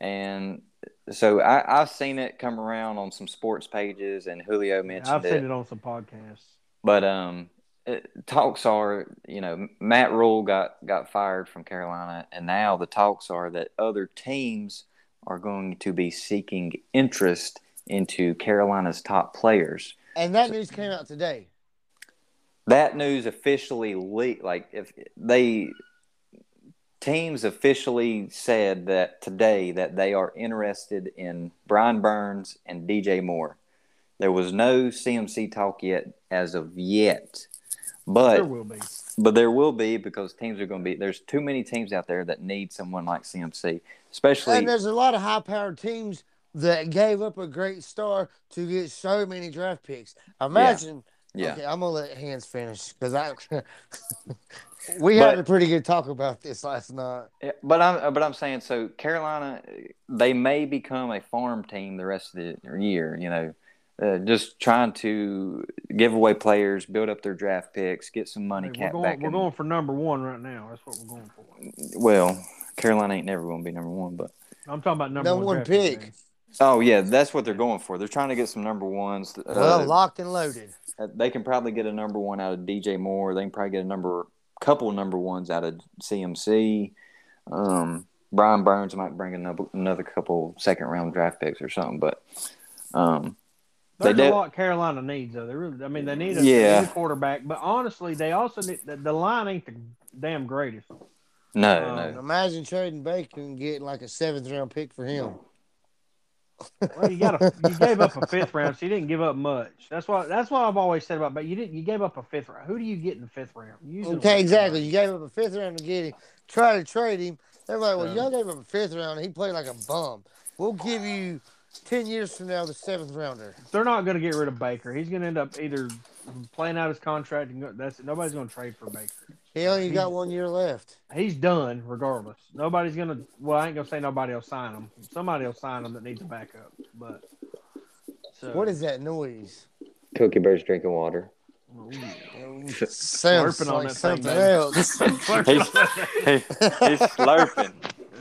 and so I, I've seen it come around on some sports pages, and Julio mentioned
I've
it.
seen it on some podcasts.
But um, it, talks are, you know, Matt Rule got got fired from Carolina, and now the talks are that other teams are going to be seeking interest into Carolina's top players.
And that news came out today.
That news officially leaked. Like if they teams officially said that today that they are interested in Brian Burns and DJ Moore. There was no CMC talk yet as of yet. But
there will be.
But there will be because teams are going to be. There's too many teams out there that need someone like CMC, especially.
And there's a lot of high powered teams that gave up a great star to get so many draft picks. Imagine.
yeah,
Okay, I'm going to let Hans finish because I. we
But-
had a pretty good talk about this last night.
Yeah, but I'm but I'm saying so. Carolina, they may become a farm team the rest of the year. You know, uh, just trying to give away players, build up their draft picks, get some money
Hey, we're
cap
going,
back.
we're
in.
going for number one right now. That's what we're going for.
Well, Carolina ain't never going to be number one, but
I'm talking about number,
Number one
draft
pick.
man.
oh yeah, that's what they're going for. They're trying to get some number ones. uh,
Well, locked and loaded.
Uh, they can probably get a number one out of DJ Moore. They can probably get a number couple number ones out of CMC. Um, Brian Burns might bring another another couple second round draft picks or something, but um, They
There's
did-
a lot Carolina needs though. They really, I mean, they need a,
Yeah.
they need a quarterback, but honestly, they also need the, the line ain't the damn greatest.
no,
Um,
no,
Imagine trading Baker and getting like a seventh round pick for him.
Well, you got a, you gave up a fifth round, so you didn't give up much. That's why that's what I've always said about. But you didn't. You gave up a fifth round. Who do you get in the fifth round? You usually don't get
Okay,
a
exactly. You
round.
gave up a fifth round to get him. Try to trade him. They're like, well,
Yeah.
y'all gave him a fifth round. And he played like a bum. We'll give you ten years from now the seventh rounder.
They're not going to get rid of Baker. He's going to end up either playing out his contract and go, that's nobody's going to trade for Baker.
He only got one year left.
He's done regardless. Nobody's going to. Well, I ain't going to say nobody will sign him. Somebody will sign him that needs a backup. But so,
What is that noise?
Cookie Bear's drinking water.
It Sounds
Slurping on
like
that thing,
something
baby.
else.
He's, he- he's slurping.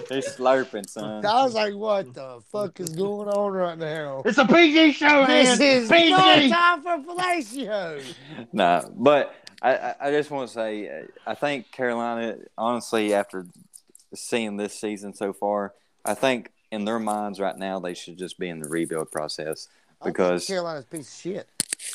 He's slurping, son.
I was like, what the fuck is going on right now?
It's a PG show,
This
man.
is
PG.
no time for fellatio.
Nah, but I, I- I just want to say uh, I think Carolina, honestly, after seeing this season so far, I think in their minds right now they should just be in the rebuild process.
I think
Because-
Carolina's a piece of shit.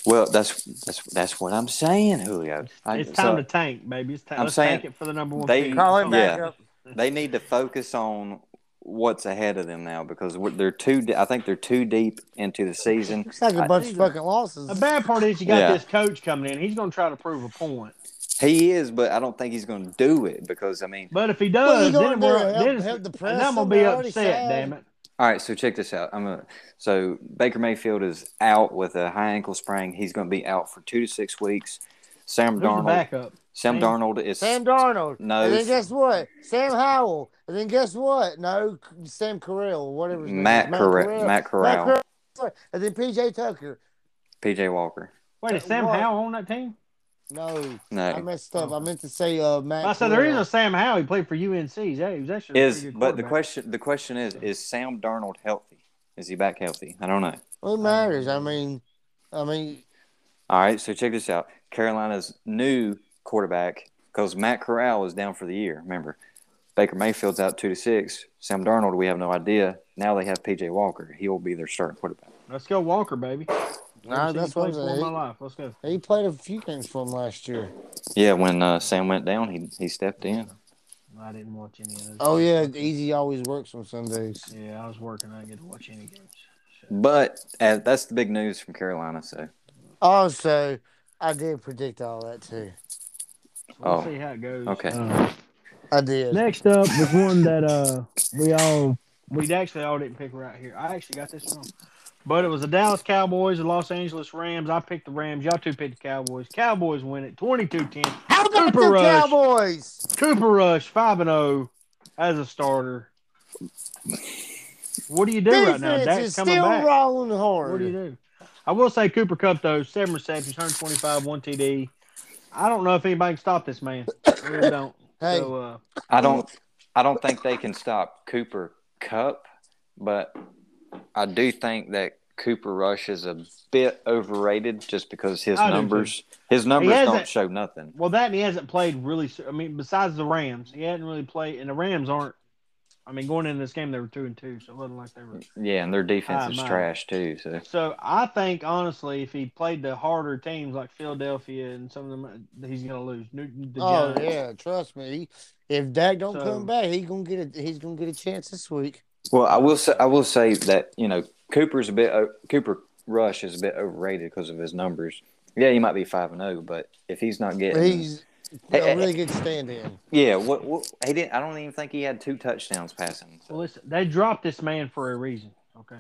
Well, that's that's that's what I'm saying, Julio. I-
It's
so
time to tank, baby. It's time.
I'm
Let's
saying
tank it for the number one.
they-
seed.
Call him back
Yeah.
up.
they need to focus on what's ahead of them now because we're- they're too. de- I think they're too deep into the season.
Looks like a
I-
bunch of fucking losses.
The bad part is you got
Yeah.
this coach coming in. He's going to try to prove a point.
He is, but I don't think he's going to do it because I mean,
But if he
What are you
does,
gonna
then
do?
we're
Help-
then,
help the press
and I'm going to be
somebody?
upset.
Sad.
Damn it!
All right, so check this out. I'm gonna, so Baker Mayfield is out with a high ankle sprain. He's going to be out for two to six weeks. Sam
Who's the
Darnold.
backup?
Sam
Sam-
Darnold is
Sam Darnold.
No.
And then guess what? Sam Howell. And then guess what? No, Sam Correll, whatever. his name is.
Matt Corral- Matt Corral.
And then PJ Tucker.
PJ Walker.
Wait, is Sam
What?
Howell on that team?
No, I
No,
messed up. I meant to say uh, Matt.
I said there is
Corral.
a Sam Howell. He played for UNC. Yeah, he was actually a
is
pretty good
but the
quarterback.
question the question is is Sam Darnold healthy? Is he back healthy? I don't know.
What matters? I mean, I mean,
All right, so check this out. Carolina's new quarterback, because Matt Corral is down for the year. Remember, Baker Mayfield's out two to six. Sam Darnold, we have no idea. Now they have PJ Walker. He will be their starting quarterback.
Let's go Walker, baby.
nah,
Never seen
that's
him
what I'm
play before in my
saying.
life. Let's go.
He, he played a few games for him last year.
Yeah, when uh, Sam went down, he he stepped in.
I didn't watch any of those.
Oh yeah, Easy always works on Sundays.
Yeah, I was working. I didn't get to watch any games. Shit.
But uh, that's the big news from Carolina. So
Also, I did predict all that too.
We'll
Oh.
see how it goes.
okay,
Uh,
I did.
next up was one that uh we all
We actually all didn't pick right here. I actually got this wrong. But it was the Dallas Cowboys, the Los Angeles Rams. I picked the Rams. Y'all two picked the Cowboys. Cowboys win it 22 10.
How about
Cooper
the
Rush.
Cowboys?
Cooper Rush, 5 and 0 as a starter. What do you do right now?
Defense
Dak's
is
coming
still
back.
rolling
What
hard.
do you do? I will say Cooper Cup, though, seven receptions, 125, one TD. I don't know if anybody can stop this man. I really don't.
Hey,
So, uh,
I don't I don't think they can stop Cooper Cup, but I do think that Cooper Rush is a bit overrated just because his
I do, too.
numbers his numbers
hasn't-
don't show nothing.
Well, that and he hasn't played really. I mean, besides the Rams, he hadn't really played, and the Rams aren't. I mean, going into this game, they were two and two, so it wasn't like they were.
Yeah, and their defense
Ah,
is
my.
trash too. So
So I think honestly, if he played the harder teams like Philadelphia and some of them, uh, he's gonna lose. New- The
oh
Giants.
yeah, trust me. If Dak don't
So-
come back, he gonna get a he's gonna get a chance this week.
well, I will say I will say that you know Cooper's a bit o- Cooper Rush is a bit overrated because of his numbers. Yeah, he might be five and zero, but if he's not getting
He's
Hey, hey,
a really good stand in.
yeah, what, what he didn't I don't even think he had two touchdowns passing.
Well, listen, they dropped this man for a reason. Okay,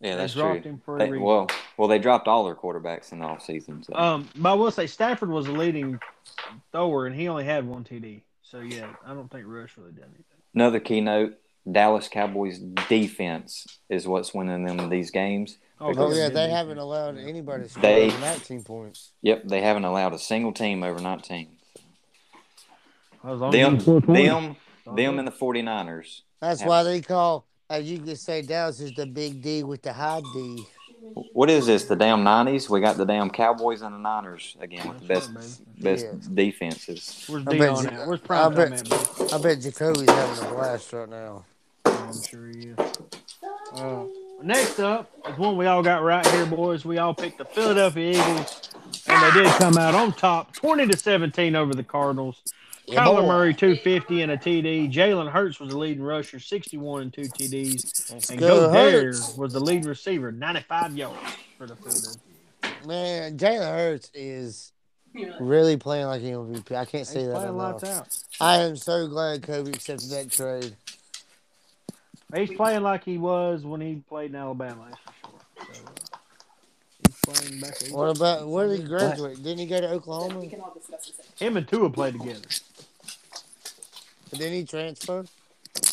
yeah, that's
they dropped
true.
him for
They-
a reason.
well, well, they dropped all their quarterbacks in the offseason. So.
um, but I will say Stafford was the leading thrower, and he only had one TD. So yeah, I don't think Rush really did anything.
Another keynote: Dallas Cowboys defense is what's winning them these games.
Oh
he
yeah,
did
they
anything.
haven't allowed anybody to score
They-
over 19 points.
Yep, they haven't allowed a single team over 19.
As long as
Them,
he-
them,
Oh,
them, and the 49ers.
That's why they call. Uh, you can say Dallas is the big D with the high D.
What is this? The damn 90s? We got the damn Cowboys and the Niners again with the best best
Yes.
defenses.
Where's
I bet
Dion
you-
at? Where's
I
Prime
bet,
at? buddy?
I bet Jacoby's having a blast right now.
I'm sure he is. Uh, next up is one we all got right here, boys. We all picked the Philadelphia Eagles, and they did come out on top, twenty to seventeen over the Cardinals.
Come
Kyler
on.
Murray, 250 and a TD. Jalen Hurts was the leading rusher, 61 and two TDs.
Let's
And
go, Hurts.
Goddard was the leading receiver, 95 yards for the Phillies.
Man, Jalen Hurts is really playing like an MVP. I can't say that enough.
out.
I am so glad Kobe accepted that trade.
He's playing like he was when he played in Alabama. That's for sure. So, uh, he's playing back. at-
What about where did he graduate? Didn't he go to Oklahoma? And
Him and Tua played together.
then he transfer?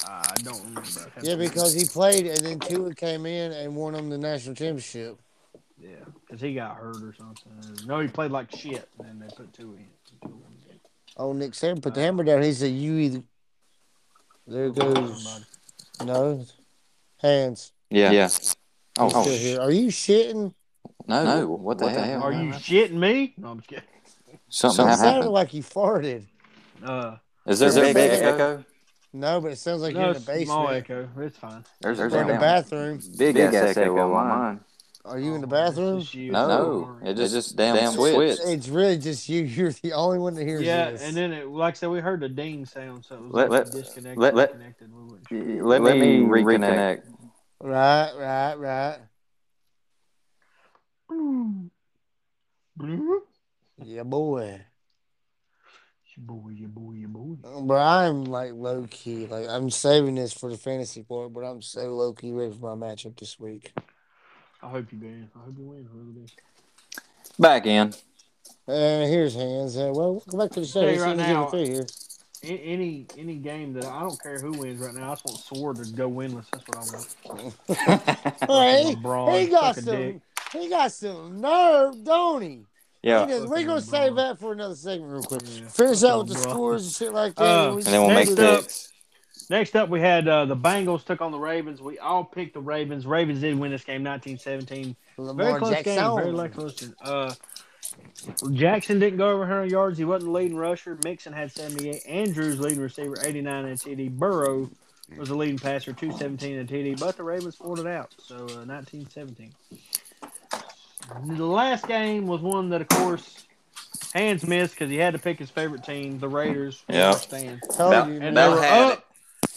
I don't remember.
Yeah, because he played and then Tua came in and won him the national championship.
yeah, because he got hurt or something. No, he played like shit, and then they put Tua in.
Oh, Nick Saban
Uh-huh.
put the hammer down. He said, "You either." There goes no hands.
Yeah. Yeah. Oh,
He's
oh,
still here. Are you shitting?
no, no. What the hell?
Are you shitting me? No, I'm just kidding.
Something,
It sounded
happened.
like you farted.
Uh,
Is there,
Is there
big,
big
echo?
No, but it sounds like
no,
you're in the
it's small
basement
echo. It's fine.
There's,
or
there's
in the
one.
bathroom.
Big,
Big
ass
ass
echo
echo
on
on
mine.
Are you in the bathroom?
No, it just, just Oh, damn, switch.
It's really just you. You're the only one that hears
Yeah,
this.
and then it, like I said, we heard the ding sound, so it was
Let-
like
let-
disconnected.
let- let-
connected. We weren't sure.
Let, me reconnect.
right, right, right. Yeah, boy.
Your boy, your boy, your boy.
But I'm like low key. Like I'm saving this for the fantasy part, but I'm so low key ready for my matchup this week.
I hope you win. I hope you win. I really do.
Back in.
Uh, here's hands. Uh, well, welcome back to the show.
Tell you
It's
right
easy to
now-
get through here.
A- Any any game that I don't care who wins right now, I just want Sword to go winless. That's what I want.
Hey,
LeBron,
he got
suck a
some.
dick.
He got some nerve, don't he? He
yeah.
does- We're gonna
Fucking
save
LeBron.
that for another segment, real quick.
Yeah,
Finish
fuck
out with the
LeBron.
scores and shit like that.
Uh,
we
And
And then we'll
stay
make
with-
Next up.
picks.
Next up, we had uh, the Bengals took on the Ravens. We all picked the Ravens. Ravens did win this game, 1917.
Lamar
Very close
Jackson.
game. Very like, close. to- Uh, Jackson didn't go over 100 yards. He wasn't the leading rusher. Mixon had 78. Andrews leading receiver 89 and TD. Burrow was the leading passer 217 and TD. But the Ravens pulled it out. So uh, 1917. The last game was one that, of course, Hands missed because he had to pick his favorite team, the Raiders.
Yeah.
Stand.
Told
About-
you, man.
And uh, they
About
were
had
up.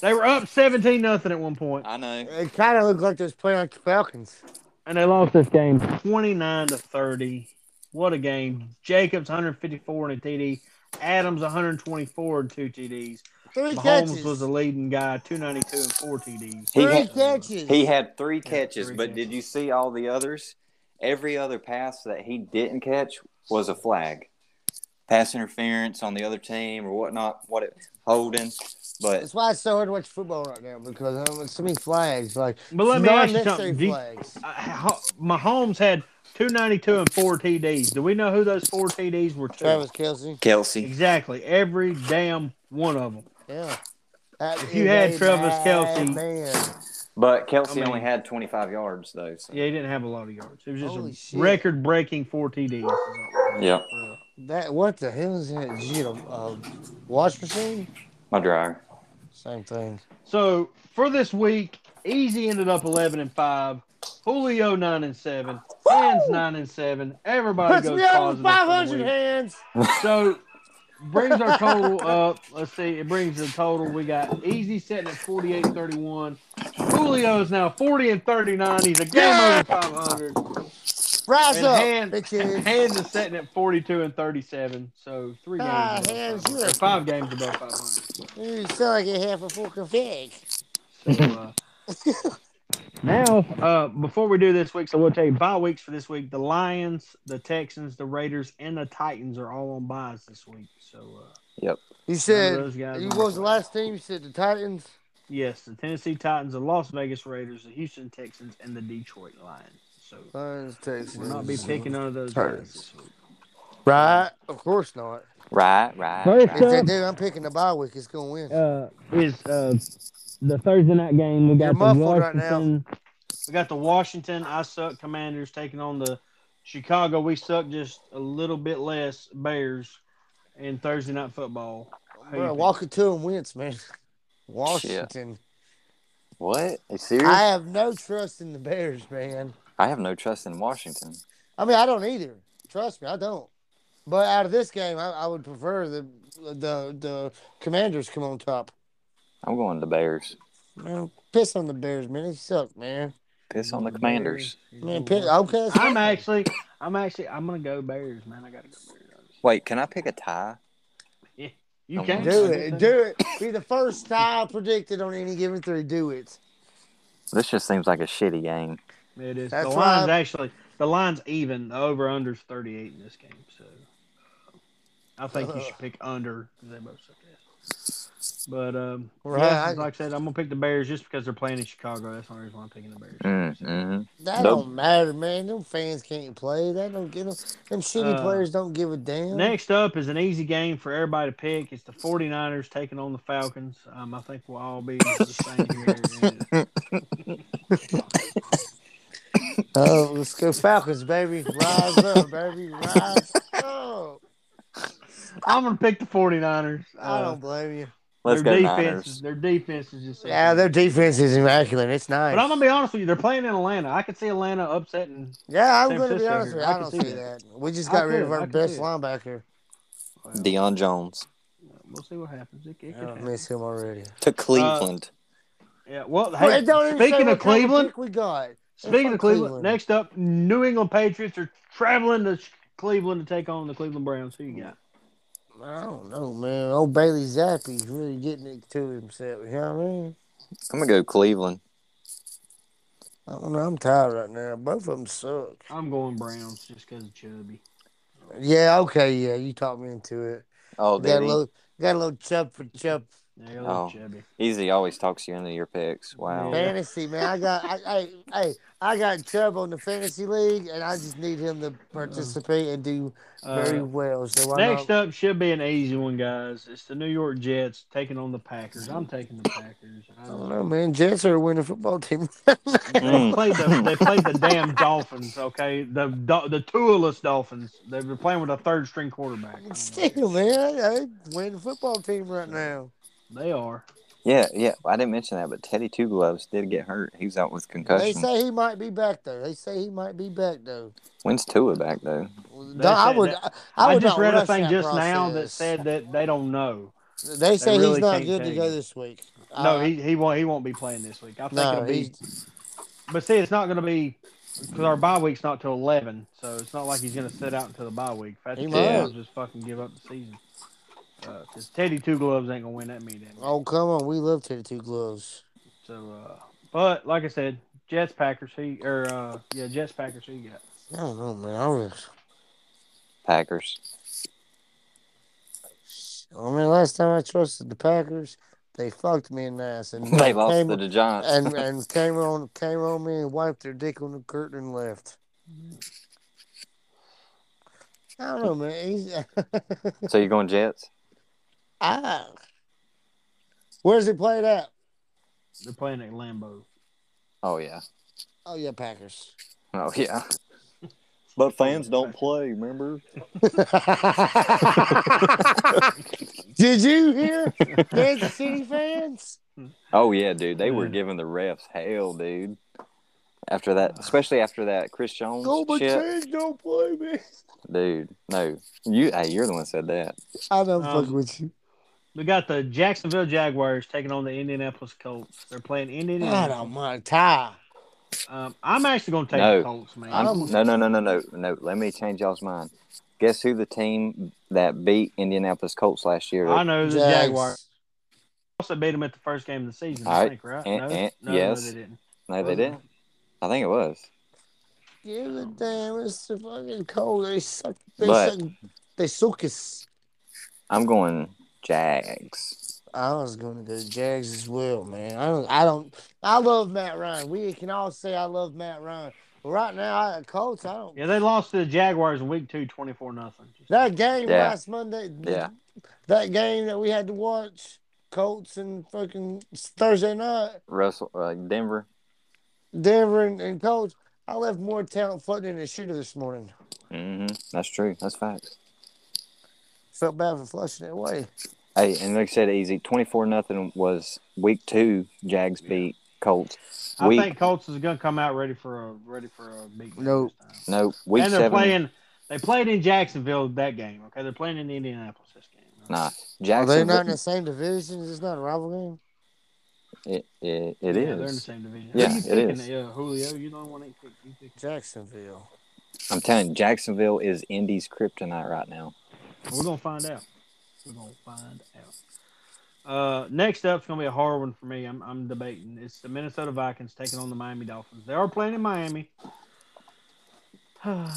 They were up 17 nothing at one point,
I know.
It kind of looked like they was playing like the Falcons.
and they lost this game 29 to 30. What a game! Jacobs 154 and a TD. Adams 124 and two TDs.
Three
Mahomes
catches.
was the leading guy, 292 and four TDs.
He
Three
had-
catches.
He had three
Yeah,
catches,
three
but
catches.
did you see all the others? Every other pass that he didn't catch was a flag, pass interference on the other team or whatnot, what it holding. But
That's why it's so hard to watch football right now because um, so many flags. Like
But let me ask you something.
non-necessary
Do you-
flags.
Uh, how- Mahomes had 292 and four TDs. Do we know who those four TDs were? To?
Travis Kelsey.
Kelsey,
Exactly, every damn one of them.
Yeah. That
If you
is
had
a
Travis
bad
Kelsey-
man.
but Kelsey
I mean-
only had 25 yards though. So.
Yeah, he didn't have a lot of yards. It was
Holy
just
shit.
a record breaking four TDs.
Yeah,
That what the hell is that? Is it a, a wash machine?
my dryer.
Same thing.
So for this week, Easy ended up eleven and five. Julio nine and seven. Hands nine and seven. Everybody
Puts
goes
me over
positive.
five
for
hundred
the week.
hands.
So brings our total up. Let's see. It brings the total. We got Easy sitting at 48 31. Julio is now 40 and 39. He's a game
Yeah.
over 500.
Rise
And
up,
hand-
bitches.
Hands is sitting at 42 and 37. So three games.
Ah,
above
Hands,
500.
you're a-
Or five games above 500.
You sound like you have a fucking fig.
So, uh, now, uh, before we do this week, so we'll tell you bye weeks for this week. The Lions, the Texans, the Raiders, and the Titans are all on buys this week. So, uh,
You
none
said
of those guys
you
are on
was the
buys.
last team. You said the Titans.
Yes, the Tennessee Titans, the Las Vegas Raiders, the Houston Texans, and the Detroit Lions. So
Lions, Texans.
we'll not be picking none of those
Titans.
guys this week.
Right, of course not.
Right, right.
First
If they
up,
do, I'm picking the bye week. It's gonna win.
uh, is uh, the Thursday night game. We
You're
got the
muffled right now.
Washington.
We got the Washington I Suck Commanders taking on the Chicago We Suck just a little bit less Bears in Thursday night football. Who you
Bro,
pick?
walk it to him wins, man. Washington.
What? Are you serious?
I
I,
have no trust in the Bears, man.
have no trust in Washington.
I mean, I don't either. Trust me, I don't. But out of this game, I, I would prefer the the the Commanders come on top.
I'm going to the Bears.
Man, piss on the Bears, man. They suck, man.
Piss on the Commanders.
Man, piss, okay. that's-
I'm actually, I'm actually, I'm gonna go Bears, man. I gotta go Bears.
Wait, can I pick a tie?
You
I'm
can't
gonna
do it. Do it. Be the first tie predicted on any given three. Do it.
This just seems like a shitty game.
It is.
That's
the
why
line's
I'm-
actually the line's even. The over under's thirty eight in this game, so I think you should pick under because they both suck ass. But um,
Right.
yeah, like I said, I'm gonna pick the Bears just because they're playing in Chicago. That's the only reason why I'm picking the Bears.
Mm,
So,
mhm.
That
Nope.
don't matter, man. Them fans can't play. That don't get them. Them shitty
Uh,
players don't give a damn.
Next up is an easy game for everybody to pick. It's the 49ers taking on the Falcons. Um, I think we'll all be the same here.
Oh, let's go Falcons, baby. Rise up, baby. Rise up.
I'm gonna pick the 49ers.
I
Uh,
don't blame you.
Let's
their
go
defense,
Niners.
is- their defense is just
Yeah, their defense is immaculate. It's nice.
But I'm gonna be honest with you, they're playing in Atlanta. I could see Atlanta upsetting.
yeah, I'm
San
going to be honest
Francisco
with you.
here. I
I,
can
don't
see
see
that.
that. We just
I
got rid
could,
of
I
our
could
best
see it.
linebacker.
Well,
Deion Jones
We'll see what happens. It, it
I
could
don't
happen.
miss him already.
to Cleveland.
Yeah. Well,
Well,
hey,
it don't even say
speaking
what
of
kind
Cleveland,
pick we got.
speaking
fuck
of Cleveland,
Cleveland.
next up, New England Patriots are traveling to Ch- Cleveland to take on the Cleveland Browns. Who you got?
I don't know, man. Old Bailey Zappi's really getting it to himself. You know what I mean?
I'm gonna go Cleveland.
I don't know. I'm tired right now. Both of them suck.
I'm going Browns just because of Chubby.
Yeah, okay, yeah. You talked me into it.
Oh,
Got
did
a
he?
little, got a little chub for chub
Yeah, oh.
Oh.
Chubby.
Easy always talks you into your picks. Wow.
Yeah.
fantasy, man. I got, I, I, hey, I got Chubb on the fantasy league, and I just need him to participate and do very
Uh,
well. So why
next
not?
up should be an easy one, guys. It's the New York Jets taking on the Packers. I'm taking the Packers. I
I
just-
don't know, man. Jets are a winning football team.
They
Mm.
played the they played the damn Dolphins, okay? The do- the toolless Dolphins. They were playing with a third string quarterback.
Still, man, they winning football team right now.
They are.
Yeah, yeah. I didn't mention that, but Teddy Two Gloves did get hurt. He's out with
They
concussion.
say he might be back though. They say he might be back though.
When's Tua back though?
No, I
said
would,
that-
I,
I,
would
just
not
read a
rush
thing
that
just now that
process.
said that they don't know.
they say
really
he's not
can't
good to
tell
go
you.
this week.
no,
Uh,
he, he won't he won't be playing this week. I think
no,
it'll be
he's-
but see it's not gonna be because our bye week's not till eleven, so it's not like he's gonna sit out until the bye
He
week. Patrick
might.
Mahomes just fucking give up the season. Because Teddy Two Gloves ain't gonna win that meeting.
Oh come on, we love Teddy Two Gloves.
So, uh, but like I said, Jets Packers. He or uh, yeah, Jets Packers. He got.
I don't know, man. I was,
Packers.
I mean, last time I trusted the Packers, they fucked me in the ass and
They lost
came,
to the Giants.
and and came on came on me and wiped their dick on the curtain and left. I don't know, man. He's,
so you're going Jets?
I, where's he played at?
They're playing at Lambeau.
Oh yeah.
Oh yeah, Packers.
Oh yeah. But fans don't play, remember?
Did you hear Kansas City fans?
Oh yeah, dude. They were
Mm.
Yeah.
giving the refs hell, dude. After that, especially after that Chris Jones
Go, but
shit,
Trez don't play me.
dude. No, you. Hey, you're the one that said that.
I don't
Um,
fuck with you.
We got the Jacksonville Jaguars taking on the Indianapolis Colts. They're playing
God
Indianapolis.
almighty. Ty.
Um, I'm actually going to take
No.
the Colts, man.
I'm, no, no, no, no, no, no. Let me change y'all's mind. Guess who the team that beat Indianapolis Colts last year?
I know the
Jags.
Jaguars also beat them at the first game of the season. I
Alright.
think, right?
And-
no,
and-
no,
yes.
no, they didn't.
No, they didn't. I think it was.
Give a damn. It's the fucking cold. They suck. They
But-
suck. They suck us.
I'm going Jags.
I was going to go Jags as well, man. I don't. I don't. I love Matt Ryan. We can all say I love Matt Ryan. But right now, I, Colts. I don't.
Yeah, they lost to the Jaguars in week two, 24 nothing.
That game
Yeah.
last Monday.
Yeah.
That game that we had to watch, Colts and fucking Thursday night,
Russell, uh, Denver.
Denver and, and Colts. I left more talent floating in the shooter this morning.
hmm That's true. That's facts.
Felt bad for flushing it away.
Hey, and like I said, easy. Twenty-four nothing was week two. Jags beat Colts.
I
Week
think Colts is going to come out ready for a ready for a big game
Nope.
this time.
no week
and they're
seven.
playing They played in Jacksonville that game. Okay, they're playing in Indianapolis this game.
Nah,
Are they not in
Jacksonville.
the same division? Is this not a rival game?
It, it, it
yeah, They're in the
is.
same division.
Yeah,
Who you
it
picking?
is.
Yeah, Julio, you don't want to pick. You pick.
Jacksonville.
I'm telling you, Jacksonville is Indy's kryptonite right now.
We're gonna find out. We're gonna find out. Uh, next up's gonna be a hard one for me. I'm I'm debating. It's the Minnesota Vikings taking on the Miami Dolphins. They are playing in Miami. but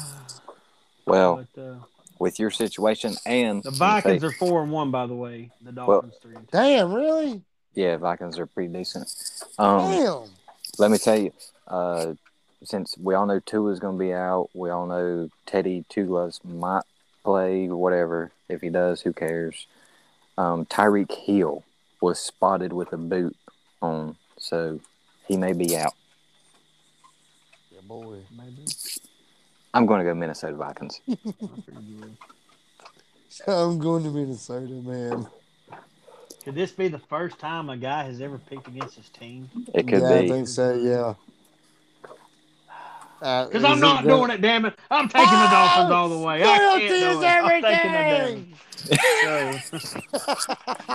Well,
uh,
with your situation and
the Vikings are four and one, by the way. The Dolphins three and two.
Damn, really?
yeah, Vikings are pretty decent. Um,
Damn.
Let me tell you, uh, since we all know Tua's going to be out, we all know Teddy Two Gloves might play, whatever. If he does, who cares? Um, Tyreek Hill was spotted with a boot on, so he may be out.
Yeah, boy.
Maybe.
I'm going to go Minnesota Vikings.
I figured you would.
I'm going to Minnesota, man.
Could this be the first time a guy has ever picked against his team?
It could
yeah, I
be.
think so. Yeah. Uh,
Because I'm not doing it, damn it. I'm taking the Dolphins all the way. I can't
Loyalty
do
is
it. I'm taking the Dolphins.
Ah, everything.
So-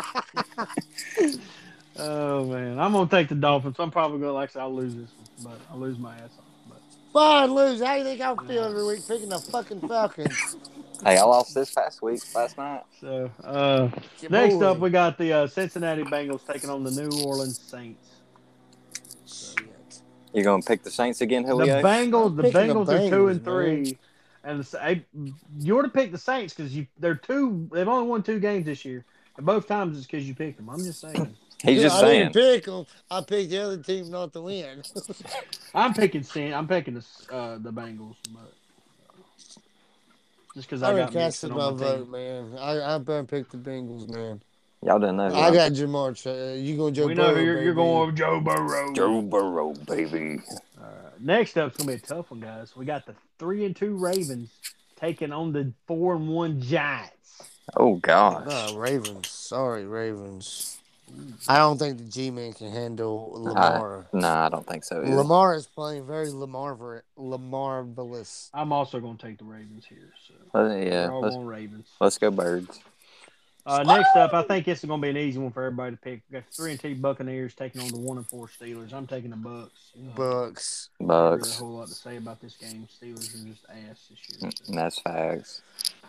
oh man, I'm gonna take the Dolphins. I'm probably gonna like I said, I'll lose this, one, but I'll lose my ass off. But
Fine, lose. How do you think I feel every week picking the fucking Falcons?
Hey, I lost this past week, last night.
so uh,
Yeah,
next
boy.
up, we got the uh, Cincinnati Bengals taking on the New Orleans Saints.
Shit.
You're going to pick the Saints again,
The
Julio?
Bengals, the
Picking the
Bengals are two and
Bengals, man.
three, and the, Sa- I, you ought to pick the Saints because you they're two. They've only won two games this year, and both times it's because you picked them. I'm just saying.
He's
Yeah,
just
I
saying.
didn't pick 'em. I picked the other team not to win.
I'm picking San. I'm picking the S- uh, the Bengals, but just because I,
I
got
recasted
Mixon
my
on my team.
vote, man. I I better pick the Bengals, man.
Y'all didn't know.
I
y'all.
got Jamar. Ch- uh, you going Joe
we know
Burrow,
who you're, you're
baby.
going with Joe Burrow.
Joe Burrow, baby.
All right. Next up's gonna be a tough one, guys. We got the three and two Ravens taking on the four and one Giants.
Oh, gosh.
No, Ravens. Sorry, Ravens. I don't think the G Man can handle Lamar.
Nah, I don't think so. either.
Lamar is playing very Lamar Lamarvelous.
I'm also gonna take the Ravens here. So
Uh, yeah,
we're all
let's,
going Ravens.
let's go, Birds.
Uh, next up, I think this is gonna be an easy one for everybody to pick. We got the three and two Buccaneers taking on the one and four Steelers. I'm taking the Bucks.
Bucks.
There's a
Bucks.
whole lot to say about this game. Steelers are just ass this year. so.
And that's facts.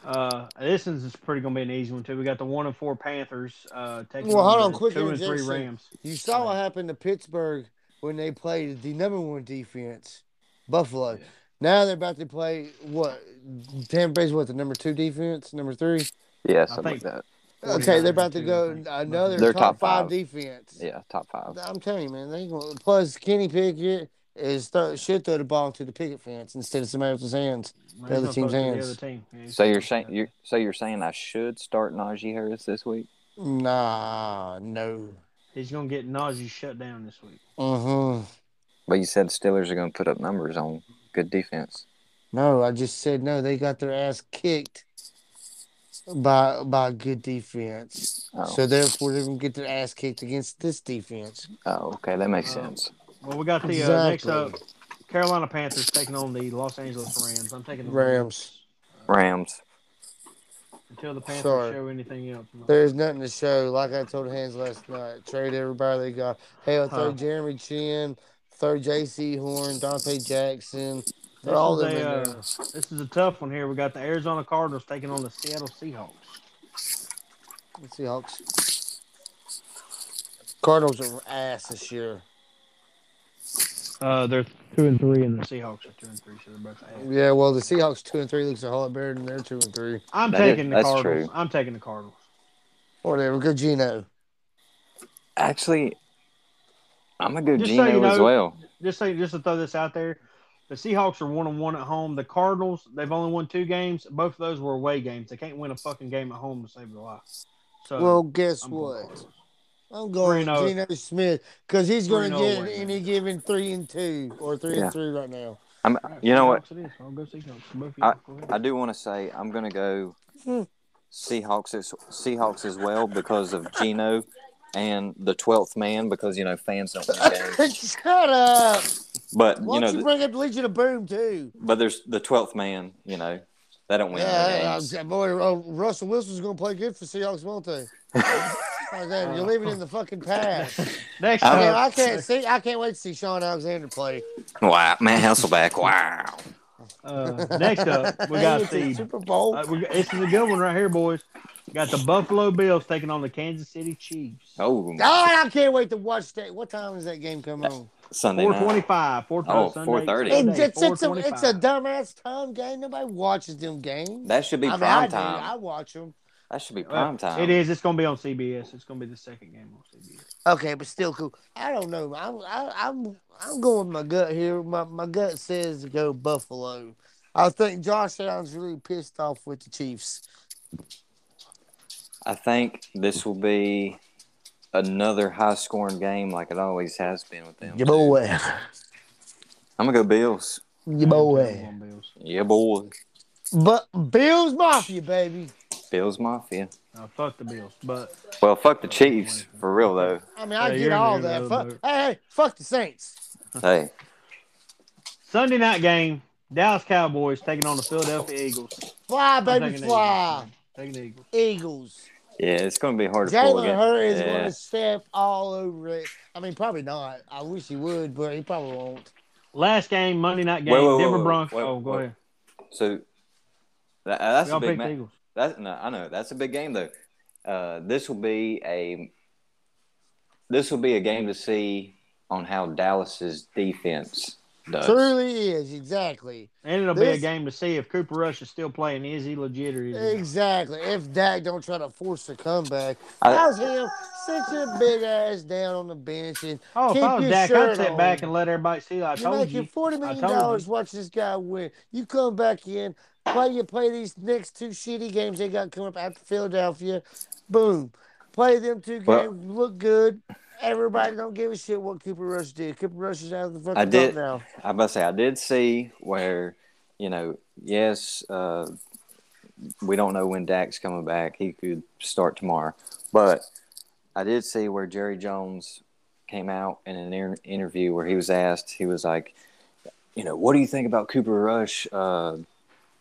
Uh, this one's is pretty gonna be an easy one too. We got the one and four Panthers uh, taking
Well, hold
on the
on, quick
two and three
interjection.
Rams.
You saw what happened to Pittsburgh when they played the number one defense, Buffalo.
Yeah.
Now they're about to play what? Tampa Bay's what the number two defense, number three.
Yeah,
I
something like
think-
that.
Okay, they're about to
49ers,
go
too, I think.
another
They're
top,
top
five
five.
defense.
Yeah, top five.
I'm telling you, man. They gonna, plus Kenny Pickett is throw, should throw the ball to the picket fence instead of somebody else's hands.
Well,
The other
he's gonna
team's
throw it to
hands.
The other team. Yeah, he's
So
gonna
you're
throw it
saying
to
you're so you're saying I should start Najee Harris this week?
Nah, no.
that. he's gonna get Najee shut down this week?
Uh huh.
But you said Steelers are going to put up numbers on good defense.
No, I just said no. They got their ass kicked by by good defense.
Oh,
So therefore, they're gonna get their ass kicked against this defense.
oh okay, that makes
Um,
sense.
Well, we got the uh, next up
Exactly.
Carolina Panthers taking on the Los Angeles Rams. I'm taking the
Rams.
Rams.
until the Panthers
Sorry.
show anything else. I'm not-
There's nothing to show. Like I told Hans last night, trade everybody they got. Hell, throw
Huh.
Jeremy Chin, throw J.C. Horn, Dante Jackson.
This
They're all
is
them in
a, uh,
there.
This is a tough one here. We got the Arizona Cardinals taking on the Seattle Seahawks.
Let's see, Hawks. Cardinals are ass this year.
Uh, they're
Two and three in the
the Seahawks are two and three, so they're both. ass.
Yeah, well, the Seahawks two and three looks a whole lot better than their two and three.
I'm
That is-
taking the
that's
Cardinals.
true.
I'm taking the Cardinals.
Whatever. Go Gino.
Actually, I'm going to go
Just so
Geno
you
as
know-
well.
just say just to throw this out there, the Seahawks are one and one at home. The Cardinals, they've only won two games. Both of those were away games. They can't win a fucking game at home to save their life. So
Well, guess
I'm going
what?
Cardinals.
I'm going
Three
Geno Smith because he's going to
3-0
get
away,
any given three and two or three
Yeah.
and three right now.
I'm,
All right,
you know what?
Seahawks It is. I'll go Seahawks. Both of you, go
I
ahead.
do want to say I'm going to go
Hmm.
Seahawks as, Seahawks as well because of Geno and the 12th man because you know fans don't win games.
Shut up!
But
Why
you know
don't you
th-
bring up Legion of Boom too?
but there's the 12th man, you know. They don't win. their
Yeah,
games.
I- I- boy, uh, Russell Wilson's gonna play good for Seahawks, won't they? Like that, You're living in the fucking past.
Next
I
Man,
up,
I can't see. I can't wait to see Sean Alexander play.
Wow, man, Hasselback. Wow.
uh, next up, we got
It's a
the
Super Bowl.
uh, we got, this is a good one right here, boys. Got the Buffalo Bills taking on the Kansas City Chiefs.
Oh,
God, I can't wait to watch that. What time does that game come on?
Sunday
Four
night.
twenty-five. Four
Oh,
Sunday,
4:30.
Sunday,
It's, it's, it's, a,
4:25.
it's a dumbass time game. Nobody watches them games.
That should be
I mean,
prime
I, do.
time.
I watch them.
That should be
Uh,
prime time.
It is. It's going to be on CBS. It's going to be the second game on CBS.
Okay, but still cool. I don't know. I'm I, I'm I'm going with my gut here. My my gut says to go Buffalo. I think Josh Allen's really pissed off with the Chiefs.
I think this will be another high scoring game like it always has been with them.
Your boy,
I'm going to go Bills.
your boy.
One Bills.
Yeah, boy.
But Bills Mafia, baby.
Bills Mafia.
No, fuck the Bills. But
Well, fuck the Chiefs for real, though.
I mean, I
Hey,
get
you're in
all
the
that.
real
Fuck,
boat.
hey, hey, fuck the Saints.
Hey,
Sunday night game, Dallas Cowboys taking on the Philadelphia Eagles.
Fly,
I'm
baby,
taking the
fly.
Eagles. Taking the Eagles.
Eagles.
yeah, it's going to be hard to pull
Jalen
again.
Hurd is
yeah.
going to step all over it. I mean, probably not. I wish he would, but he probably won't.
Last game, Monday night game,
Wait, wait, wait,
Denver
wait,
Broncos.
wait,
Oh, go
wait.
ahead.
So that, that's
Y'all
a big
pick the
match.
Eagles.
That, no, I know that's a big game though. Uh, this will be a this will be a game to see on how Dallas's defense does.
Truly is exactly,
And it'll be a
This-
game to see if Cooper Rush is still playing. Is he legit or is he? not?
exactly. If Dak don't try to force a comeback,
I-
how's him sit your big ass down on the bench and
Oh, if
Keep
I was
your
Dak,
shirt
I'd sit
on.
back and let everybody see. I
you're
told
making
you.
forty
I
million
told
dollars
you.
watching this guy win. You come back in, play you play these next two shitty games they got coming up after Philadelphia. Boom, play them two games,
Well-
look good. Everybody don't give a shit what Cooper Rush did. Cooper Rush is out of the fucking
I
dump
did-
now.
I must say I did see where you know yes uh, we don't know when Dak's coming back. He could start tomorrow, but I did see where Jerry Jones came out in an inter- interview where he was asked he was like, you know, what do you think about Cooper Rush uh,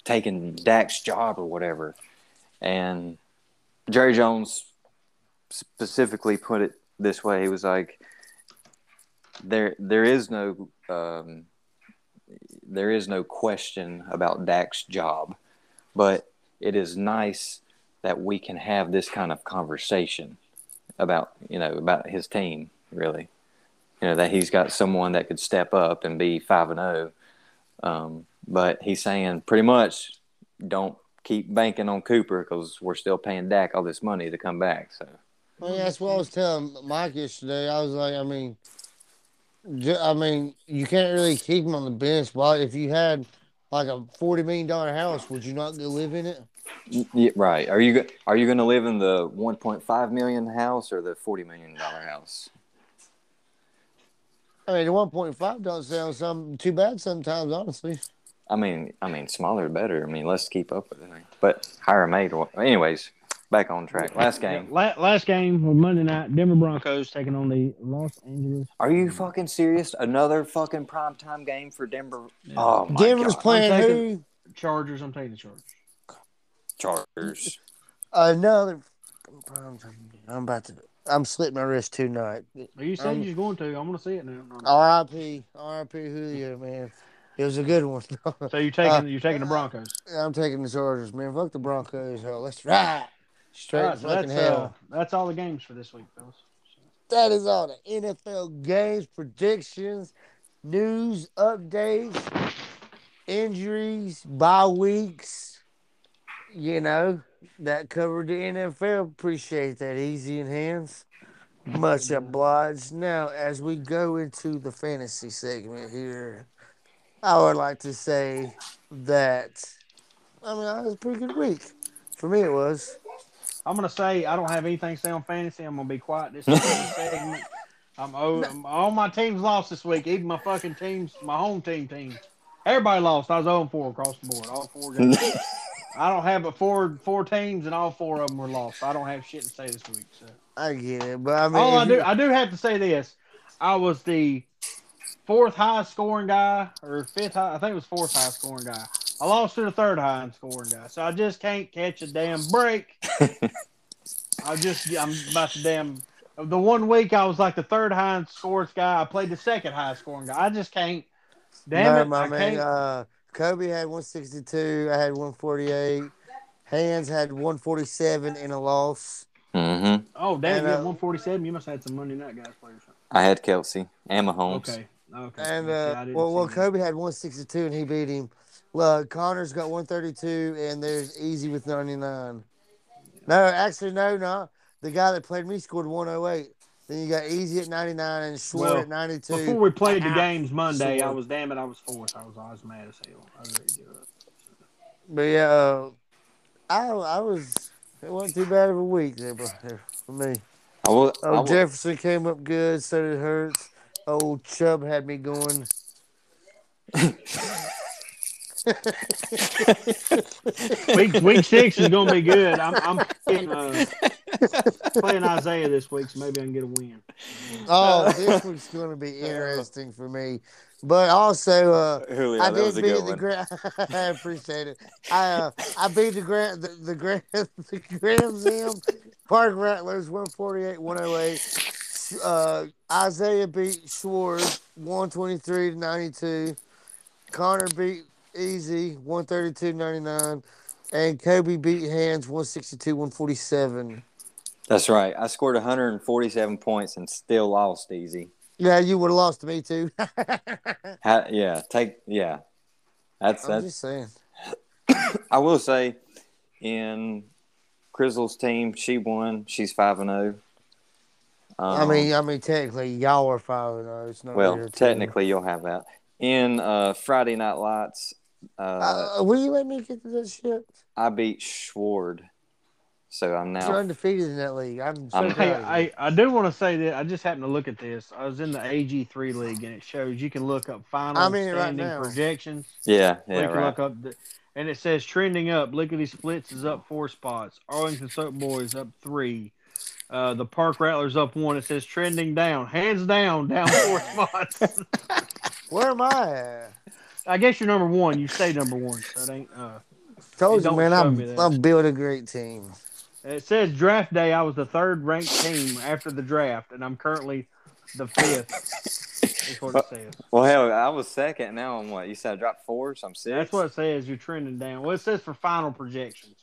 taking Dak's job or whatever, and Jerry Jones specifically put it this way. He was like, there there is no um, there is no question about Dak's job, but it is nice that we can have this kind of conversation about you know about his team really, you know that he's got someone that could step up and be five and zero, um, but he's saying pretty much don't keep banking on Cooper because we're still paying Dak all this money to come back. So
I mean, that's what I was telling Mike yesterday. I was like, I mean, ju- I mean, you can't really keep him on the bench. Why, if you had like a forty million dollar house, would you not go live in it?
Yeah, right. Are you go- are you going to live in the 1.5 million house or the 40 million dollar house?
I mean, one point five don't sound some too bad sometimes, honestly.
I mean, I mean, smaller the better. I mean, let's keep up with it. But higher made. or- Anyways, back on track. Last
Yeah,
game.
la- last game for Monday night, Denver Broncos taking on the Los Angeles.
Are you fucking serious? Another fucking primetime game for Denver. Oh my
Denver's
god.
playing
I'm taking-
who?
Chargers. I'm taking the Chargers.
Chargers.
Another. I'm about to. I'm slitting my wrist tonight.
Are you saying
Um, uh,
you're going to? I'm going to see it now.
R.I.P. R.I.P. Julio, man. It was a good one.
So you're taking
Uh,
you're taking the Broncos.
I'm taking the Chargers, man. Fuck the Broncos. Hell, let's ride straight
All right,
to
so
fucking
that's
hell.
uh, that's all the games for this week, fellas.
that is all the NFL games, predictions, news, updates, injuries, bye weeks. You know, that covered the NFL. Appreciate that. Easy in hands. Much obliged. Now, as we go into the fantasy segment here, I would like to say that, I mean, it was a pretty good week. For me, it was.
I'm gonna say I don't have anything to say on fantasy. I'm gonna be quiet this segment. I'm, o- I'm all my teams lost this week. Even my fucking teams, my home team teams. Everybody lost. I was 0 4 across the board. All four games. I don't have but four four teams, and all four of them were lost. I don't have shit to say this week. So
I get it, but I mean,
all I
if
do
you-
I do have to say this. I was the fourth highest scoring guy or fifth high. I think it was fourth highest scoring guy. I lost to the third highest scoring guy, so I just can't catch a damn break. I just I'm about to damn. The one week I was like the third highest scoring guy. I played the second highest scoring guy. I just can't. Damn
no,
it!
my
I
man.
can't.
Uh, Kobe had 162. I had 148. Hands had 147 in a loss.
Mm-hmm.
oh damn!
and,
you had
uh,
147. You must have had some Monday night guys playing.
I had Kelsey and Mahomes.
Okay. Okay.
And
Okay, I
uh,
didn't
well, well,
see that.
Kobe had 162 and he beat him. Look, Connor's got 132 and there's easy with 99. No, actually, no, no. The guy that played me scored 108. Then you got easy at 99 and Schwartz
Well,
at 92.
Before we played the
Ow.
games Monday, I
Sure.
was damn it, I was fourth. I was, I was mad as hell. I was ready to give up.
But yeah, uh, I I was it wasn't too bad of a week there, but for me.
I was, I
Oh,
was-
Jefferson came up good. So did Hurts. Old Chubb had me going.
Week week six is gonna be good. I'm I'm playing, uh, playing Isaiah this week, so maybe I can get a win.
Oh, this one's going to be interesting for me. But also, uh,
Julio,
I
that was
did
a
beat
good
the
one.
grand. I appreciate it. I uh, I beat the grand the, the grand the Graham Zim Park Rattlers 148 108. Uh, Isaiah beat Schwartz 123 to 92. Connor beat Easy 132 99. And Kobe beat Hands 162 147.
That's right. I scored 147 points and still lost easy.
Yeah, you would have lost to me too. I'm
Ha yeah, take yeah. That's that's.
just saying.
I will say, in Crizzle's team, she won. She's five and oh. zero.
I mean, I mean, technically, y'all are five and zero. It's not
um, well,
your team.
technically, you'll have that in uh, Friday Night Lights. Uh,
Uh, will you let me get to that shit?
I beat Schward, so I'm
You're
now.
undefeated in that league. I'm so
I'm-
proud
Hey,
of you.
I, I do want to say that I just happened to look at this. I was in the AG3 league, and it shows you can look up final
I'm in it right
standing
now.
projections.
Yeah,
Or
yeah,
you can
right.
look up the, and it says trending up. Lickety Splits is up four spots. Arlington Soap Boys up three. Uh, the Park Rattlers up one. It says trending down. Hands down, down four spots.
Where am I at?
I guess you're number one. You stay number one. So it ain't. Uh,
Told
Hey,
you,
don't
man,
show
I'm,
me that.
I'm building a great team.
it says draft day. I was the third ranked team after the draft, and I'm currently the fifth. is what it says.
Well, hell, I was second. Now I'm what? You said I dropped four, so I'm six.
That's what it says. You're trending down. Well, it says for final projections.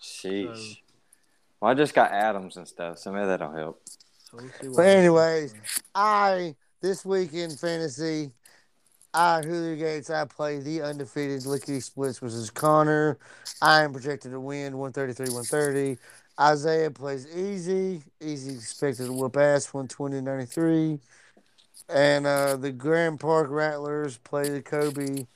Sheesh.
So-
Well, I just got Adams and stuff, so maybe that'll help.
So we'll see what
But
happens.
anyways, I this week in fantasy, I Julio Gates, I play the undefeated Lickety Splits versus Connor. I am projected to win 133 130. Isaiah plays easy. Easy expected to whoop ass 120 93. And uh, the Grand Park Rattlers play the Kobe.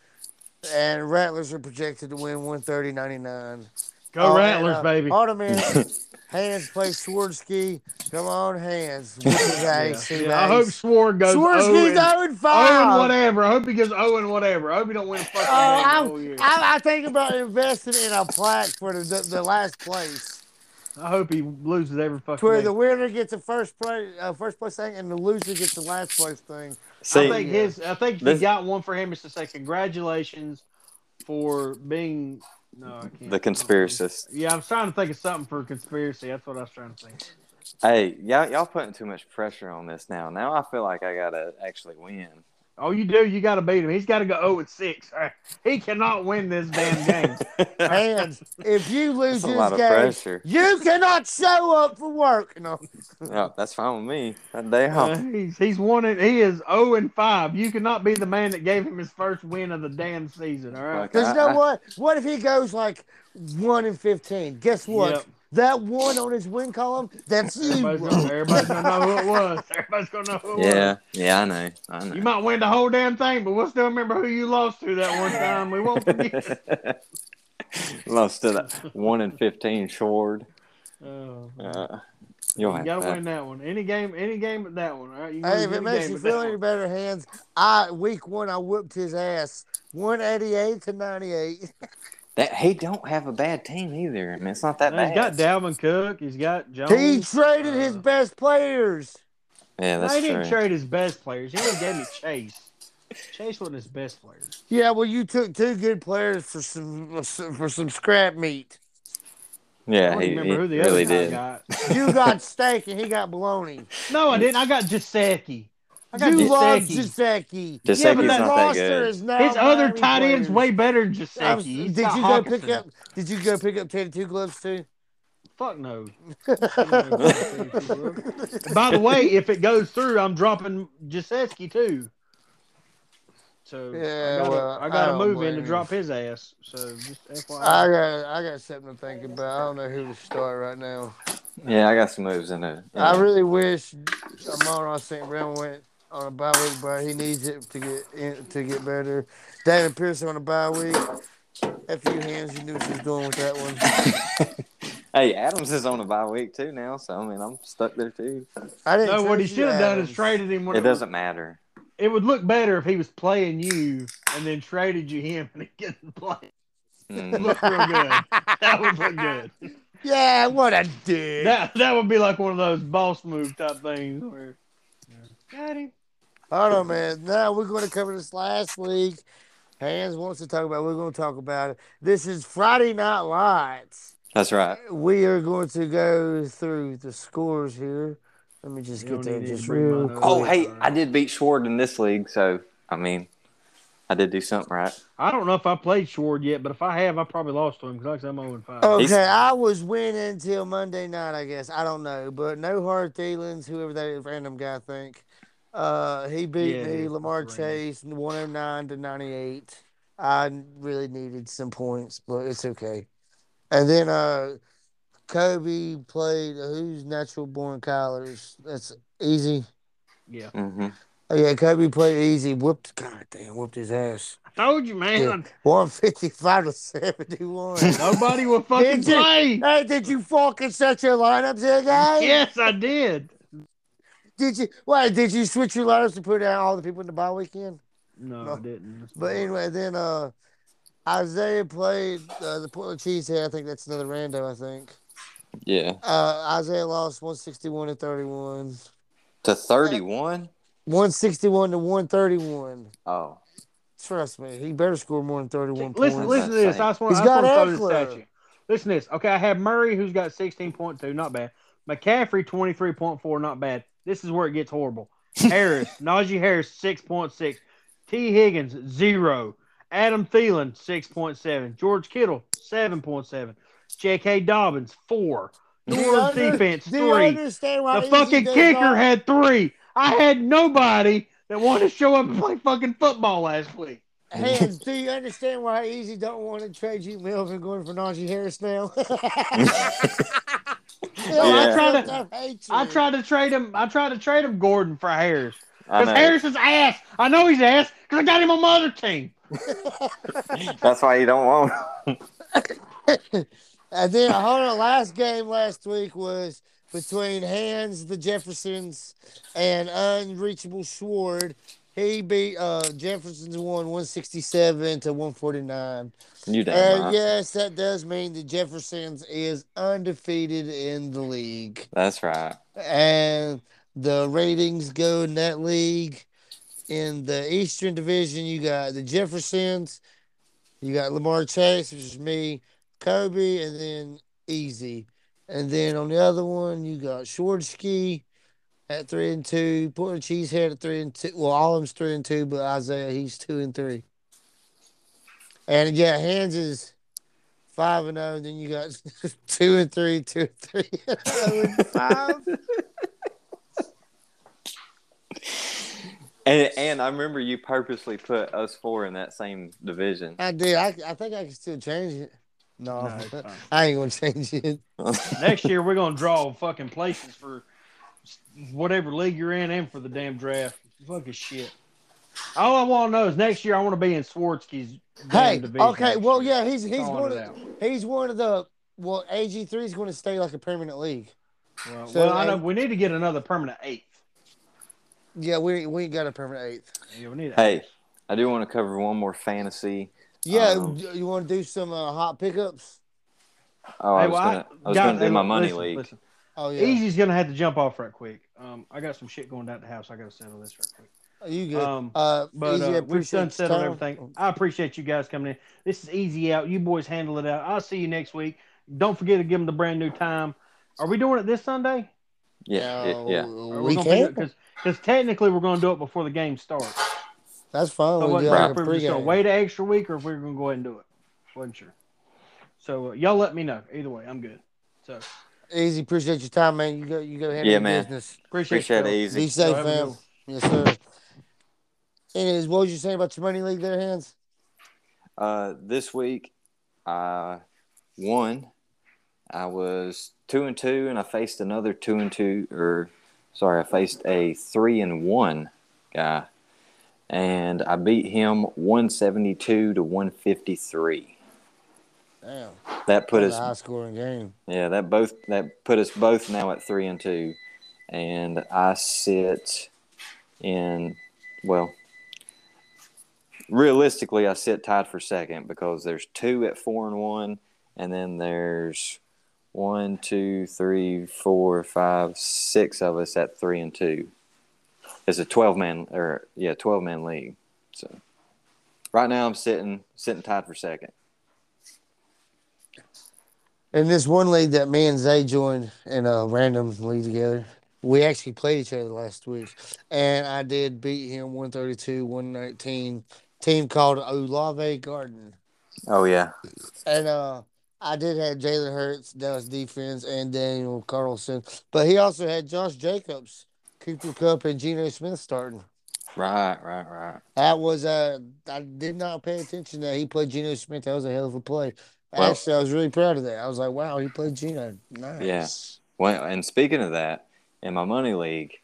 And Rattlers are projected to win 130 99.
go
Oh,
Rattlers,
and, uh,
baby.
Hold a minute. hands play Swardsky. Come on, hands. Whoop his ass,
Yeah,
he
yeah. I hope
ass.
Sword goes.
Swirsky's
0 and-
0 and
Owen
5.
whatever. I hope he gets Owen whatever. I hope he don't win a fucking
Oh,
game the
I'm-
whole year. i
I, I think about investing in a plaque for the, the, the last place,
hope he loses every fucking
to where
game.
the winner gets a first place, uh, first place thing, and the loser gets the last place thing.
See,
I think his. I think
This-
he got one for him is to say congratulations for being. No, I can't.
the conspiracist.
Yeah, I was trying to think of something for conspiracy. That's what I was trying to think.
Hey, y'all, y'all putting too much pressure on this now. Now I feel like I gotta actually win.
Oh, you do. You got to beat him. He's got to go zero and six. All right. He cannot win this damn game.
Hands, if you lose
That's a
this
lot of
game,
pressure.
you cannot show up for work. No,
Yeah, that's fine with me. That day
Uh,
off.
he's he's one. And, he is zero and five. You cannot be the man that gave him his first win of the damn season. All right.
because you know
I- I-
what? What if he goes like one in fifteen? Guess what?
Yep.
That one on his win column, that's you.
Everybody's gonna, everybody's gonna know who it was. Everybody's gonna know who it
Yeah, yeah, I know. I
was. You might win the whole damn thing, but we'll still remember who you lost to that one time. We won't forget.
know. Lost to that one in fifteen short.
Oh,
Uh,
you
you'll have
gotta
that.
win that one. Any game, any game but that one. All right. You can
Hey,
lose
if it
any
makes
game
you
but that
feel any
one.
better, hands. I week one, I whooped his ass, one eighty eight to ninety eight.
That he don't have a bad team either. I mean, it's not that
Now, he's
bad.
got Dalvin Cook. He's got Jones.
He traded his
uh,
best players.
yeah,
No,
that's
he didn't
true.
trade his best players. He only gave me Chase. Chase wasn't his best player.
Yeah, well, you took two good players for some for some scrap meat.
I
Yeah,
don't
he,
remember
he
who the
really
other guy
did.
got.
You got steak and he got bologna.
No, I didn't. I got Jaceki. I got
You love
Jaceki.
Jaceki.
Just
Yeah,
say
but
he's
that
not that good.
is now
His other
Miami
tight end's
players.
way better than
I
Jaceki.
was-
He's
Did
got
you go pick
Hawkinson.
up? Did you go pick up ten two gloves too?
Fuck no. By the way, if it goes through, I'm dropping Jaceski too. So
Yeah,
I gotta,
well,
I
I
gotta
don't
move in
blame
to
you.
drop his ass. So just FYI.
I got I got something to think about. I don't know who to start right now.
Yeah, I got some moves in there.
I really wish Amon St. Brown went on a bye week, but he needs it to get in, to get better. David Pierce on a bye week. A few hands, you knew what she was doing with that one.
hey, Adams is on a bye week too now, so I mean I'm stuck there too.
I didn't.
No, what he
trust you,
should have done is
Adams.
traded him. When
It doesn't matter.
It would look better if he was playing you and then traded you him and he couldn't play. It
Mm.
looked real good. That would look good.
Yeah, what a dick.
That that would be like one of those boss move type things where. Got him.
Hold on, man. Now we're going to cover this last week. Hands wants to talk about. it. We're going to talk about it. This is Friday Night Lights.
That's right.
We are going to go through the scores here. Let me just
You
get
don't
there
need to
just
bring
real
mine up.
Oh, hey, I did beat Schward in this league, so I mean, I did do something right.
I don't know if I played Short yet, but if I have, I probably lost to him because I'm 0 5.
Okay,
He's-
I was winning till Monday night, I guess. I don't know, but no hard feelings. Whoever that random guy I think, uh, he beat
Yeah,
me.
yeah,
Lamar
random.
Chase, one hundred nine to ninety eight. I really needed some points, but it's okay. And then uh, Kobe played who's natural born collars. That's easy.
Yeah.
Mm-hmm.
Oh, yeah, Kobe played easy. Whooped, god damn, whooped his ass.
I told you, man.
One fifty five to seventy one.
Nobody will fucking
Did you?
play.
Hey, did you fucking set your lineups today?
Yes, I did.
Did you? Why did you switch your lineups to put out all the people in the bye weekend?
No,
No.
I didn't. That's
But
fine.
anyway, then uh, Isaiah played uh, the Portland Cheesehead. I think that's another rando. I think
Yeah,
uh, Isaiah lost one sixty one to thirty one,
to thirty-one.
one sixty one to one thirty one.
Oh,
Trust me, he better score more than thirty one points.
listen, listen to this. I just want,
He's
I just
got
want to throw
Eckler.
this at you. Listen to this. Okay, I have Murray, who's got 16.2, not bad. McCaffrey, 23.4, not bad. This is where it gets horrible. Harris, Najee Harris, 6.6. T. Higgins, 0. Adam Thielen, 6.7. George Kittle, 7.7. J.K. Dobbins, 4.
Do
New
you
Orleans
under-
defense,
do you
3.
understand why
The
easy
fucking
goes
kicker
off?
had three. I had nobody that wanted to show up and play fucking football last week.
Hands, do you understand why Easy don't want to trade you Melvin going for Najee Harris now?
Yeah.
I tried to-
I hate you.
I tried to trade him. I tried to trade him Gordon for Harris
I
because
know.
Harris is ass. I know he's ass because I got him on my other team.
That's why you don't want.
And then hold on, last game last week was between Hands the Jeffersons and Unreachable Sword. He beat uh, Jefferson's one one sixty seven to one forty nine.
You damn
And
right.
yes, that does mean that Jefferson's is undefeated in the league.
That's right.
and the ratings go in that league. In the Eastern Division, you got the Jeffersons, you got Lamar Chase, which is me, Kobe, and then Easy. And then on the other one, you got Shortsky at three and two, Portland Cheesehead at three and two. Well, all of them's three and two, but Isaiah he's two and three. And yeah, Hands is five and zero. Then you got two and three, two and three, oh and five.
And and I remember you purposely put us four in that same division.
I did. I, I think I can still change it. No,
No, it's fine.
I ain't gonna change it.
Next year we're gonna draw fucking places for whatever league you're in and for the damn draft. Fucking shit. All I want to know is next year I want to be in Swartzky's. damn
Hey,
division
okay,
next
well,
year.
yeah, he's he's
Calling
one
it
of he's one of the well AG three is going to stay like a permanent league.
out. Well,
so,
well, I know
and-
we need to get another permanent eighth.
Yeah, we we ain't got a permanent eighth.
Yeah, we need.
hey, I do want to cover one more fantasy.
Yeah,
Oh.
Um,
you- you want to do some uh, hot pickups?
Oh, I
Hey,
was
well, I-
gonna, I was
God,
gonna do
hey,
my
look,
money
listen,
league.
listen.
Oh yeah,
Easy's gonna have to jump off right quick. Um, I got some shit going down at the house. I gotta settle this right quick.
You good?
Um,
uh,
But
easy, I
uh, we've
appreciate your
sunsetted
time.
everything. I appreciate you guys coming in. This is easy out. You boys handle it out. I'll see you next week. Don't forget to give them the brand new time. Are we doing it this Sunday?
Yeah, it-
No,
yeah.
Uh, we can.
Because technically we're going to do it before the game starts.
That's fine.
So
we
what,
do
right.
like
if
a
we were just gonna
pregame.
wait an extra week or if we were going to go ahead and do it. Wasn't sure. So uh, y'all let me know. Either way, I'm good. So
Easy, appreciate your time, man. You go, you go handle
Yeah,
your
man.
business.
appreciate,
Appreciate it,
y'all.
Be
easy.
safe,
have a good
fam.
one.
Yes, sir. Anyways, what was you saying about your money league there, hands?
Uh, this week, I won. I was two and two, and I faced another two and two, or sorry, I faced a three and one guy, and I beat him one seventy two to one fifty three.
Damn,
That put
that's
us
a high scoring game.
Yeah, that both that put us both now at three and two, and I sit in well. Realistically, I sit tied for second because there's two at four and one, and then there's one, two, three, four, five, six of us at three and two. It's a twelve man or yeah, twelve man league. So right now I'm sitting sitting tied for second.
In this one league that me and Zay joined in a random league together, we actually played each other last week, and I did beat him 132, 119. Team called Olave Garden.
Oh yeah,
And uh, I did have Jalen Hurts, Dallas defense, and Daniel Carlson, but he also had Josh Jacobs, Cooper Cup, and Geno Smith starting.
right, right, right.
That was uh, I did not pay attention that he played Geno Smith. That was a hell of a play.
Well-
Actually, I was really proud of that. I was like, wow, he played Geno. Nice.
Well, and speaking of that, in my money league,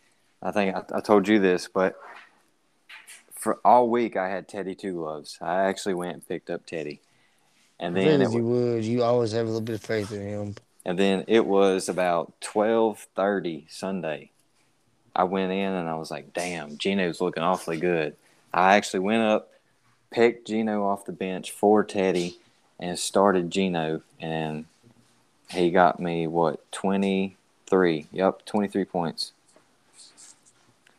I think I, I told you this, but for all week I had Teddy Two Gloves. I actually went and picked up Teddy, and
I figured
then it,
you
wa-
would. You always have a little bit of faith in him.
and then it was about twelve thirty Sunday. I went in and I was like, "Damn, Gino's looking awfully good." I actually went up, picked Gino off the bench for Teddy, and started Gino, and he got me what twenty three? Yep, twenty three points.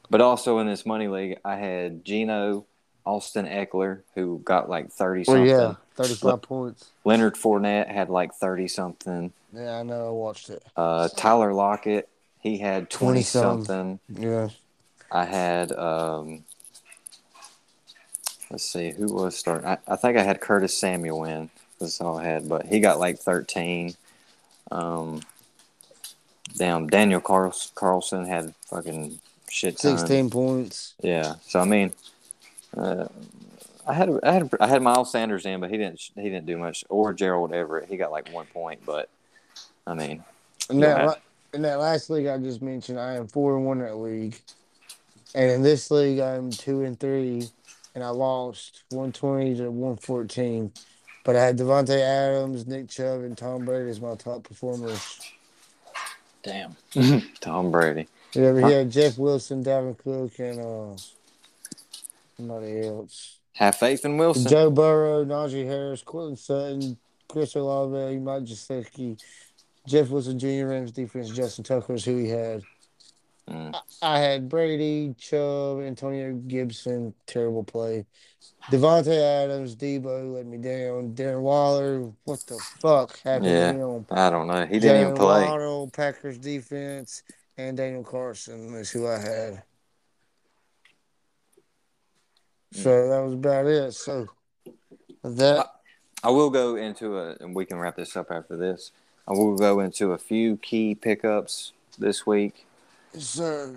But also in this money league, I had Gino, Austin Eckler, who got like thirty
Well,
something.
yeah, thirty-five
Look.
points.
Leonard Fournette had like thirty something.
Yeah, I know. I watched it.
Uh, Tyler Lockett, he had 20
20-something.
something.
Yeah,
I had, um, let's see, who was starting? I, I think I had Curtis Samuel in. That's all I had, but he got like 13. Um, damn, Daniel Carl- Carlson had fucking shit ton.
sixteen points.
Yeah. So I mean, uh, I had I had I had Miles Sanders in, but he didn't he didn't do much. Or Gerald Everett, he got like one point, but I mean,
In that,
Yeah.
la- in that last league I just mentioned, I am four and one in that league, and in this league I'm two and three, and I lost one twenty to one fourteen, but I had Devonte Adams, Nick Chubb, and Tom Brady as my top performers.
damn, Tom Brady.
Yeah, we
Huh?
had Jeff Wilson, Dalvin Cook, and uh, somebody else.
Have faith in Wilson.
Joe Burrow, Najee Harris, Cortland Sutton, Chris Olave, Mike Gesicki, Jeff Wilson Jr., Rams defense, Justin Tucker is who he had.
Mm.
I had Brady, Chubb, Antonio Gibson, terrible play. Devontae Adams, Debo let me down. Darren Waller, what the fuck happened
Yeah.
to him?
I don't know. He didn't even play.
Waddle, Packers defense, and Daniel Carson is who I had.
Hmm.
So that was about it. So that
I will go into a, and we can wrap this up after this. I will go into a few key pickups this week.
so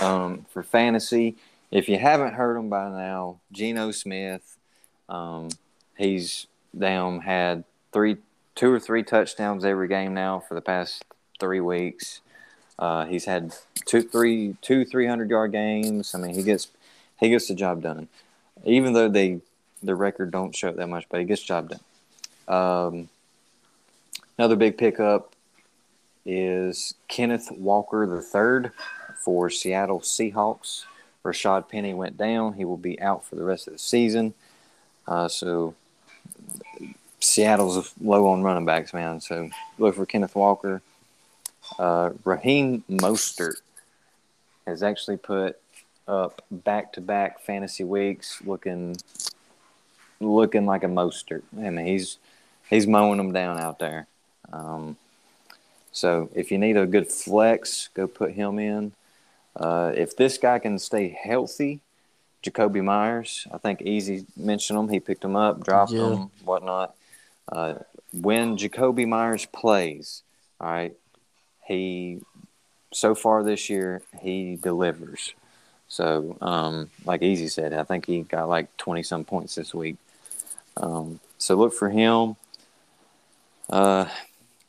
um, for fantasy. If you haven't heard him by now, Geno Smith, um, he's damn had three, two or three touchdowns every game now for the past three weeks. Uh, he's had two, three, two, three hundred yard games. I mean, he gets he gets the job done, even though they the record don't show it that much, but he gets the job done. Um, another big pickup is Kenneth Walker the third for Seattle Seahawks. Rashad Penny went down. He will be out for the rest of the season. Uh, so Seattle's low on running backs, man. So look for Kenneth Walker. Uh, Raheem Mostert has actually put up back to back fantasy weeks, looking looking like a Mostert. I mean, he's he's mowing them down out there. Um, so if you need a good flex, go put him in. Uh, if this guy can stay healthy, Jacoby Myers, I think Easy mentioned him. He picked him up, dropped
Yeah.
him, whatnot. Uh, when Jacoby Myers plays, all right, he so far this year he delivers. So, um, like Easy said, I think he got like twenty some points this week. Um, so look for him. A uh,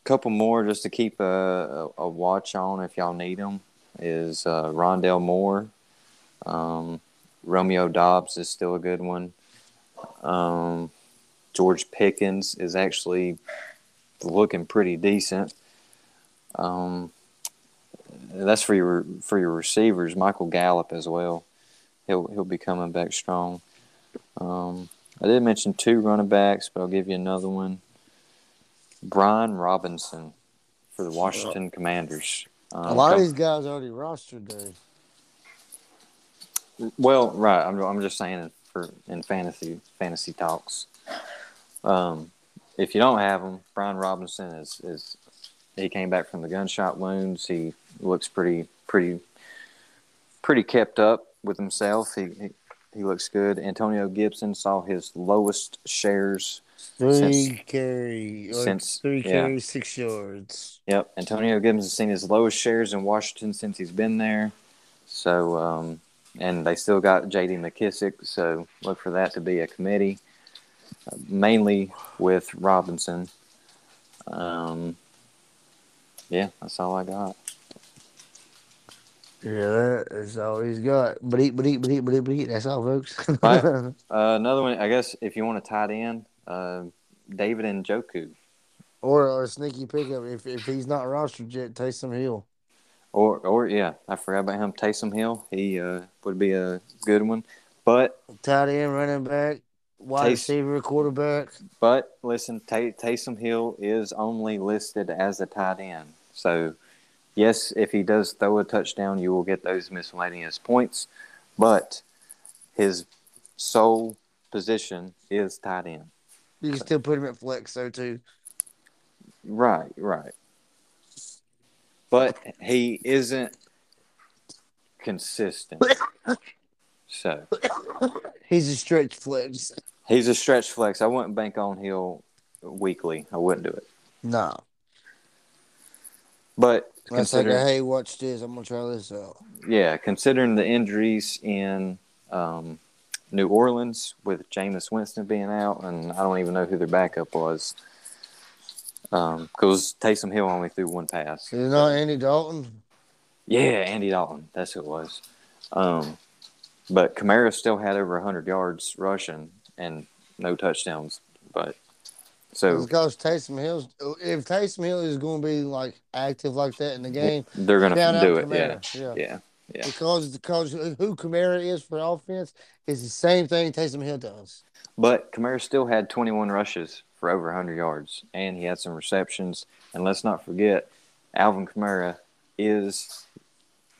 couple more just to keep a, a, a watch on if y'all need them is uh, Rondell Moore. Um, Romeo Dobbs is still a good one. Um, George Pickens is actually looking pretty decent. Um, that's for your for your receivers. Michael Gallup as well. He'll he'll be coming back strong. Um, I did mention two running backs, but I'll give you another one. Brian Robinson for the Washington Commanders. Um,
A lot of
come-
these guys already rostered there.
Well, right. I'm, I'm just saying for in fantasy fantasy talks. Um, if you don't have him, Brian Robinson is is he came back from the gunshot wounds. He looks pretty pretty pretty kept up with himself. He he, he looks good. Antonio Gibson saw his lowest shares.
Three
Since-
carry, like
since-
three
yeah.
carry, six yards.
Yep, Antonio Gibson's seen his lowest shares in Washington since he's been there. So, um, and they still got J.D. McKissick. So look for that to be a committee, uh, mainly with Robinson. Um, yeah, that's all I got.
Yeah, that is all he's got. But eat, but eat, but eat, but eat, but eat. That's all, folks.
Right. Uh, another one, I guess, if you want to tie it in, uh, David and Joku,
or or a sneaky pickup if if he's not rostered yet, Taysom Hill.
or or yeah, I forgot about him. Taysom Hill, he uh, would be a good one, but
Tight end, running back, wide
Tays-
receiver, quarterback.
But listen, Tay Taysom Hill is only listed as a tight end. So, yes, if he does throw a touchdown, you will get those miscellaneous points. But his sole position is tight end.
You can still put him at flex though too.
Right, right. But he isn't consistent. So
He's a stretch flex.
he's a stretch flex. I wouldn't bank on Hill weekly. I wouldn't do it.
No,
But
that's like,
consider.
a, hey, watch this. I'm gonna try this out.
Yeah, considering the injuries in um, New Orleans with Jameis Winston being out, and I don't even know who their backup was. Because Taysom Hill only threw one pass.
Is it not Andy Dalton?
Yeah, Andy Dalton. That's who it was. Um, but Kamara still had over 100 yards rushing and no touchdowns. But so
Because Taysom Hill's if Taysom Hill is gonna be like active like that in the game,
they're going
shout
to
out
do it. Yeah.
Kamara. Yeah.
Yeah. Yeah.
Because because who Kamara is for offense is the same thing Taysom Hill does.
But Kamara still had 21 rushes for over 100 yards, and he had some receptions. And let's not forget, Alvin Kamara is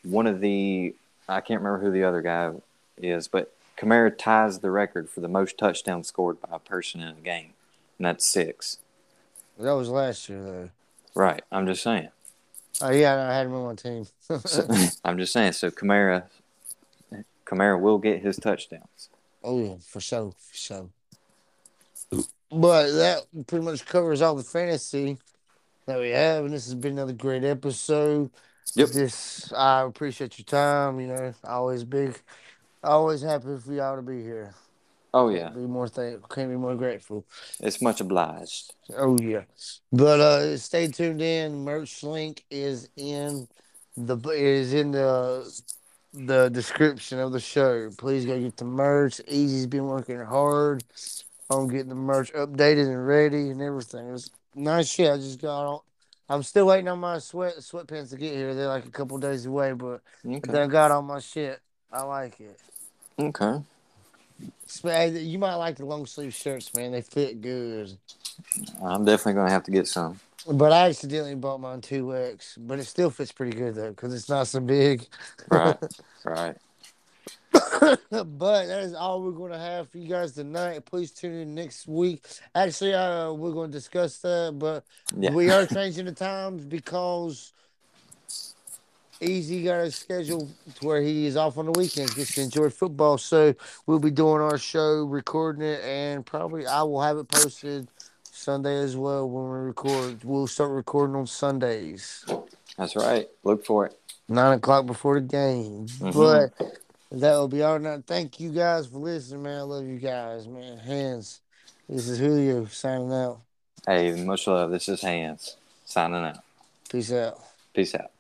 one of the I can't remember who the other guy is, but Kamara ties the record for the most touchdowns scored by a person in a game, and that's six.
That was last year though.
Right. I'm just saying.
Oh yeah, I had him on my team.
So, I'm just saying. So Kamara, Kamara will get his touchdowns.
oh yeah, for sure, for sure. But that pretty much covers all the fantasy that we have, and this has been another great episode.
Yep.
This I appreciate your time. You know, always big, always happy for y'all to be here.
Oh yeah,
Be more thank, can't be more grateful.
it's much obliged.
Oh yeah, but uh, stay tuned in. Merch link is in the is in the the description of the show. Please go get the merch. Easy's been working hard on getting the merch updated and ready and everything. It's nice shit. I just got on. I'm still waiting on my sweat sweatpants to get here. They're like a couple days away, but
Okay.
they got all my shit. I like it.
Okay.
Sp- You might like the long sleeve shirts, man. They fit good.
I'm definitely gonna have to get some.
But I accidentally bought mine two X, but it still fits pretty good though because it's not so big.
Right. right.
but that is all we're going to have for you guys tonight. Please tune in next week. Actually, uh, we're going to discuss that, but
Yeah.
we are changing the times because Easy got a schedule to where he is off on the weekends just to enjoy football. So we'll be doing our show, recording it, and probably I will have it posted Sunday as well when we record. We'll start recording on Sundays,
That's right. Look for it.
nine o'clock before the game.
Mhm.
But that will be all night. Thank you guys for listening, man. I love you guys, man. Hands. This is Julio signing out.
Hey, much love. This is Hans signing out.
Peace out.
Peace out.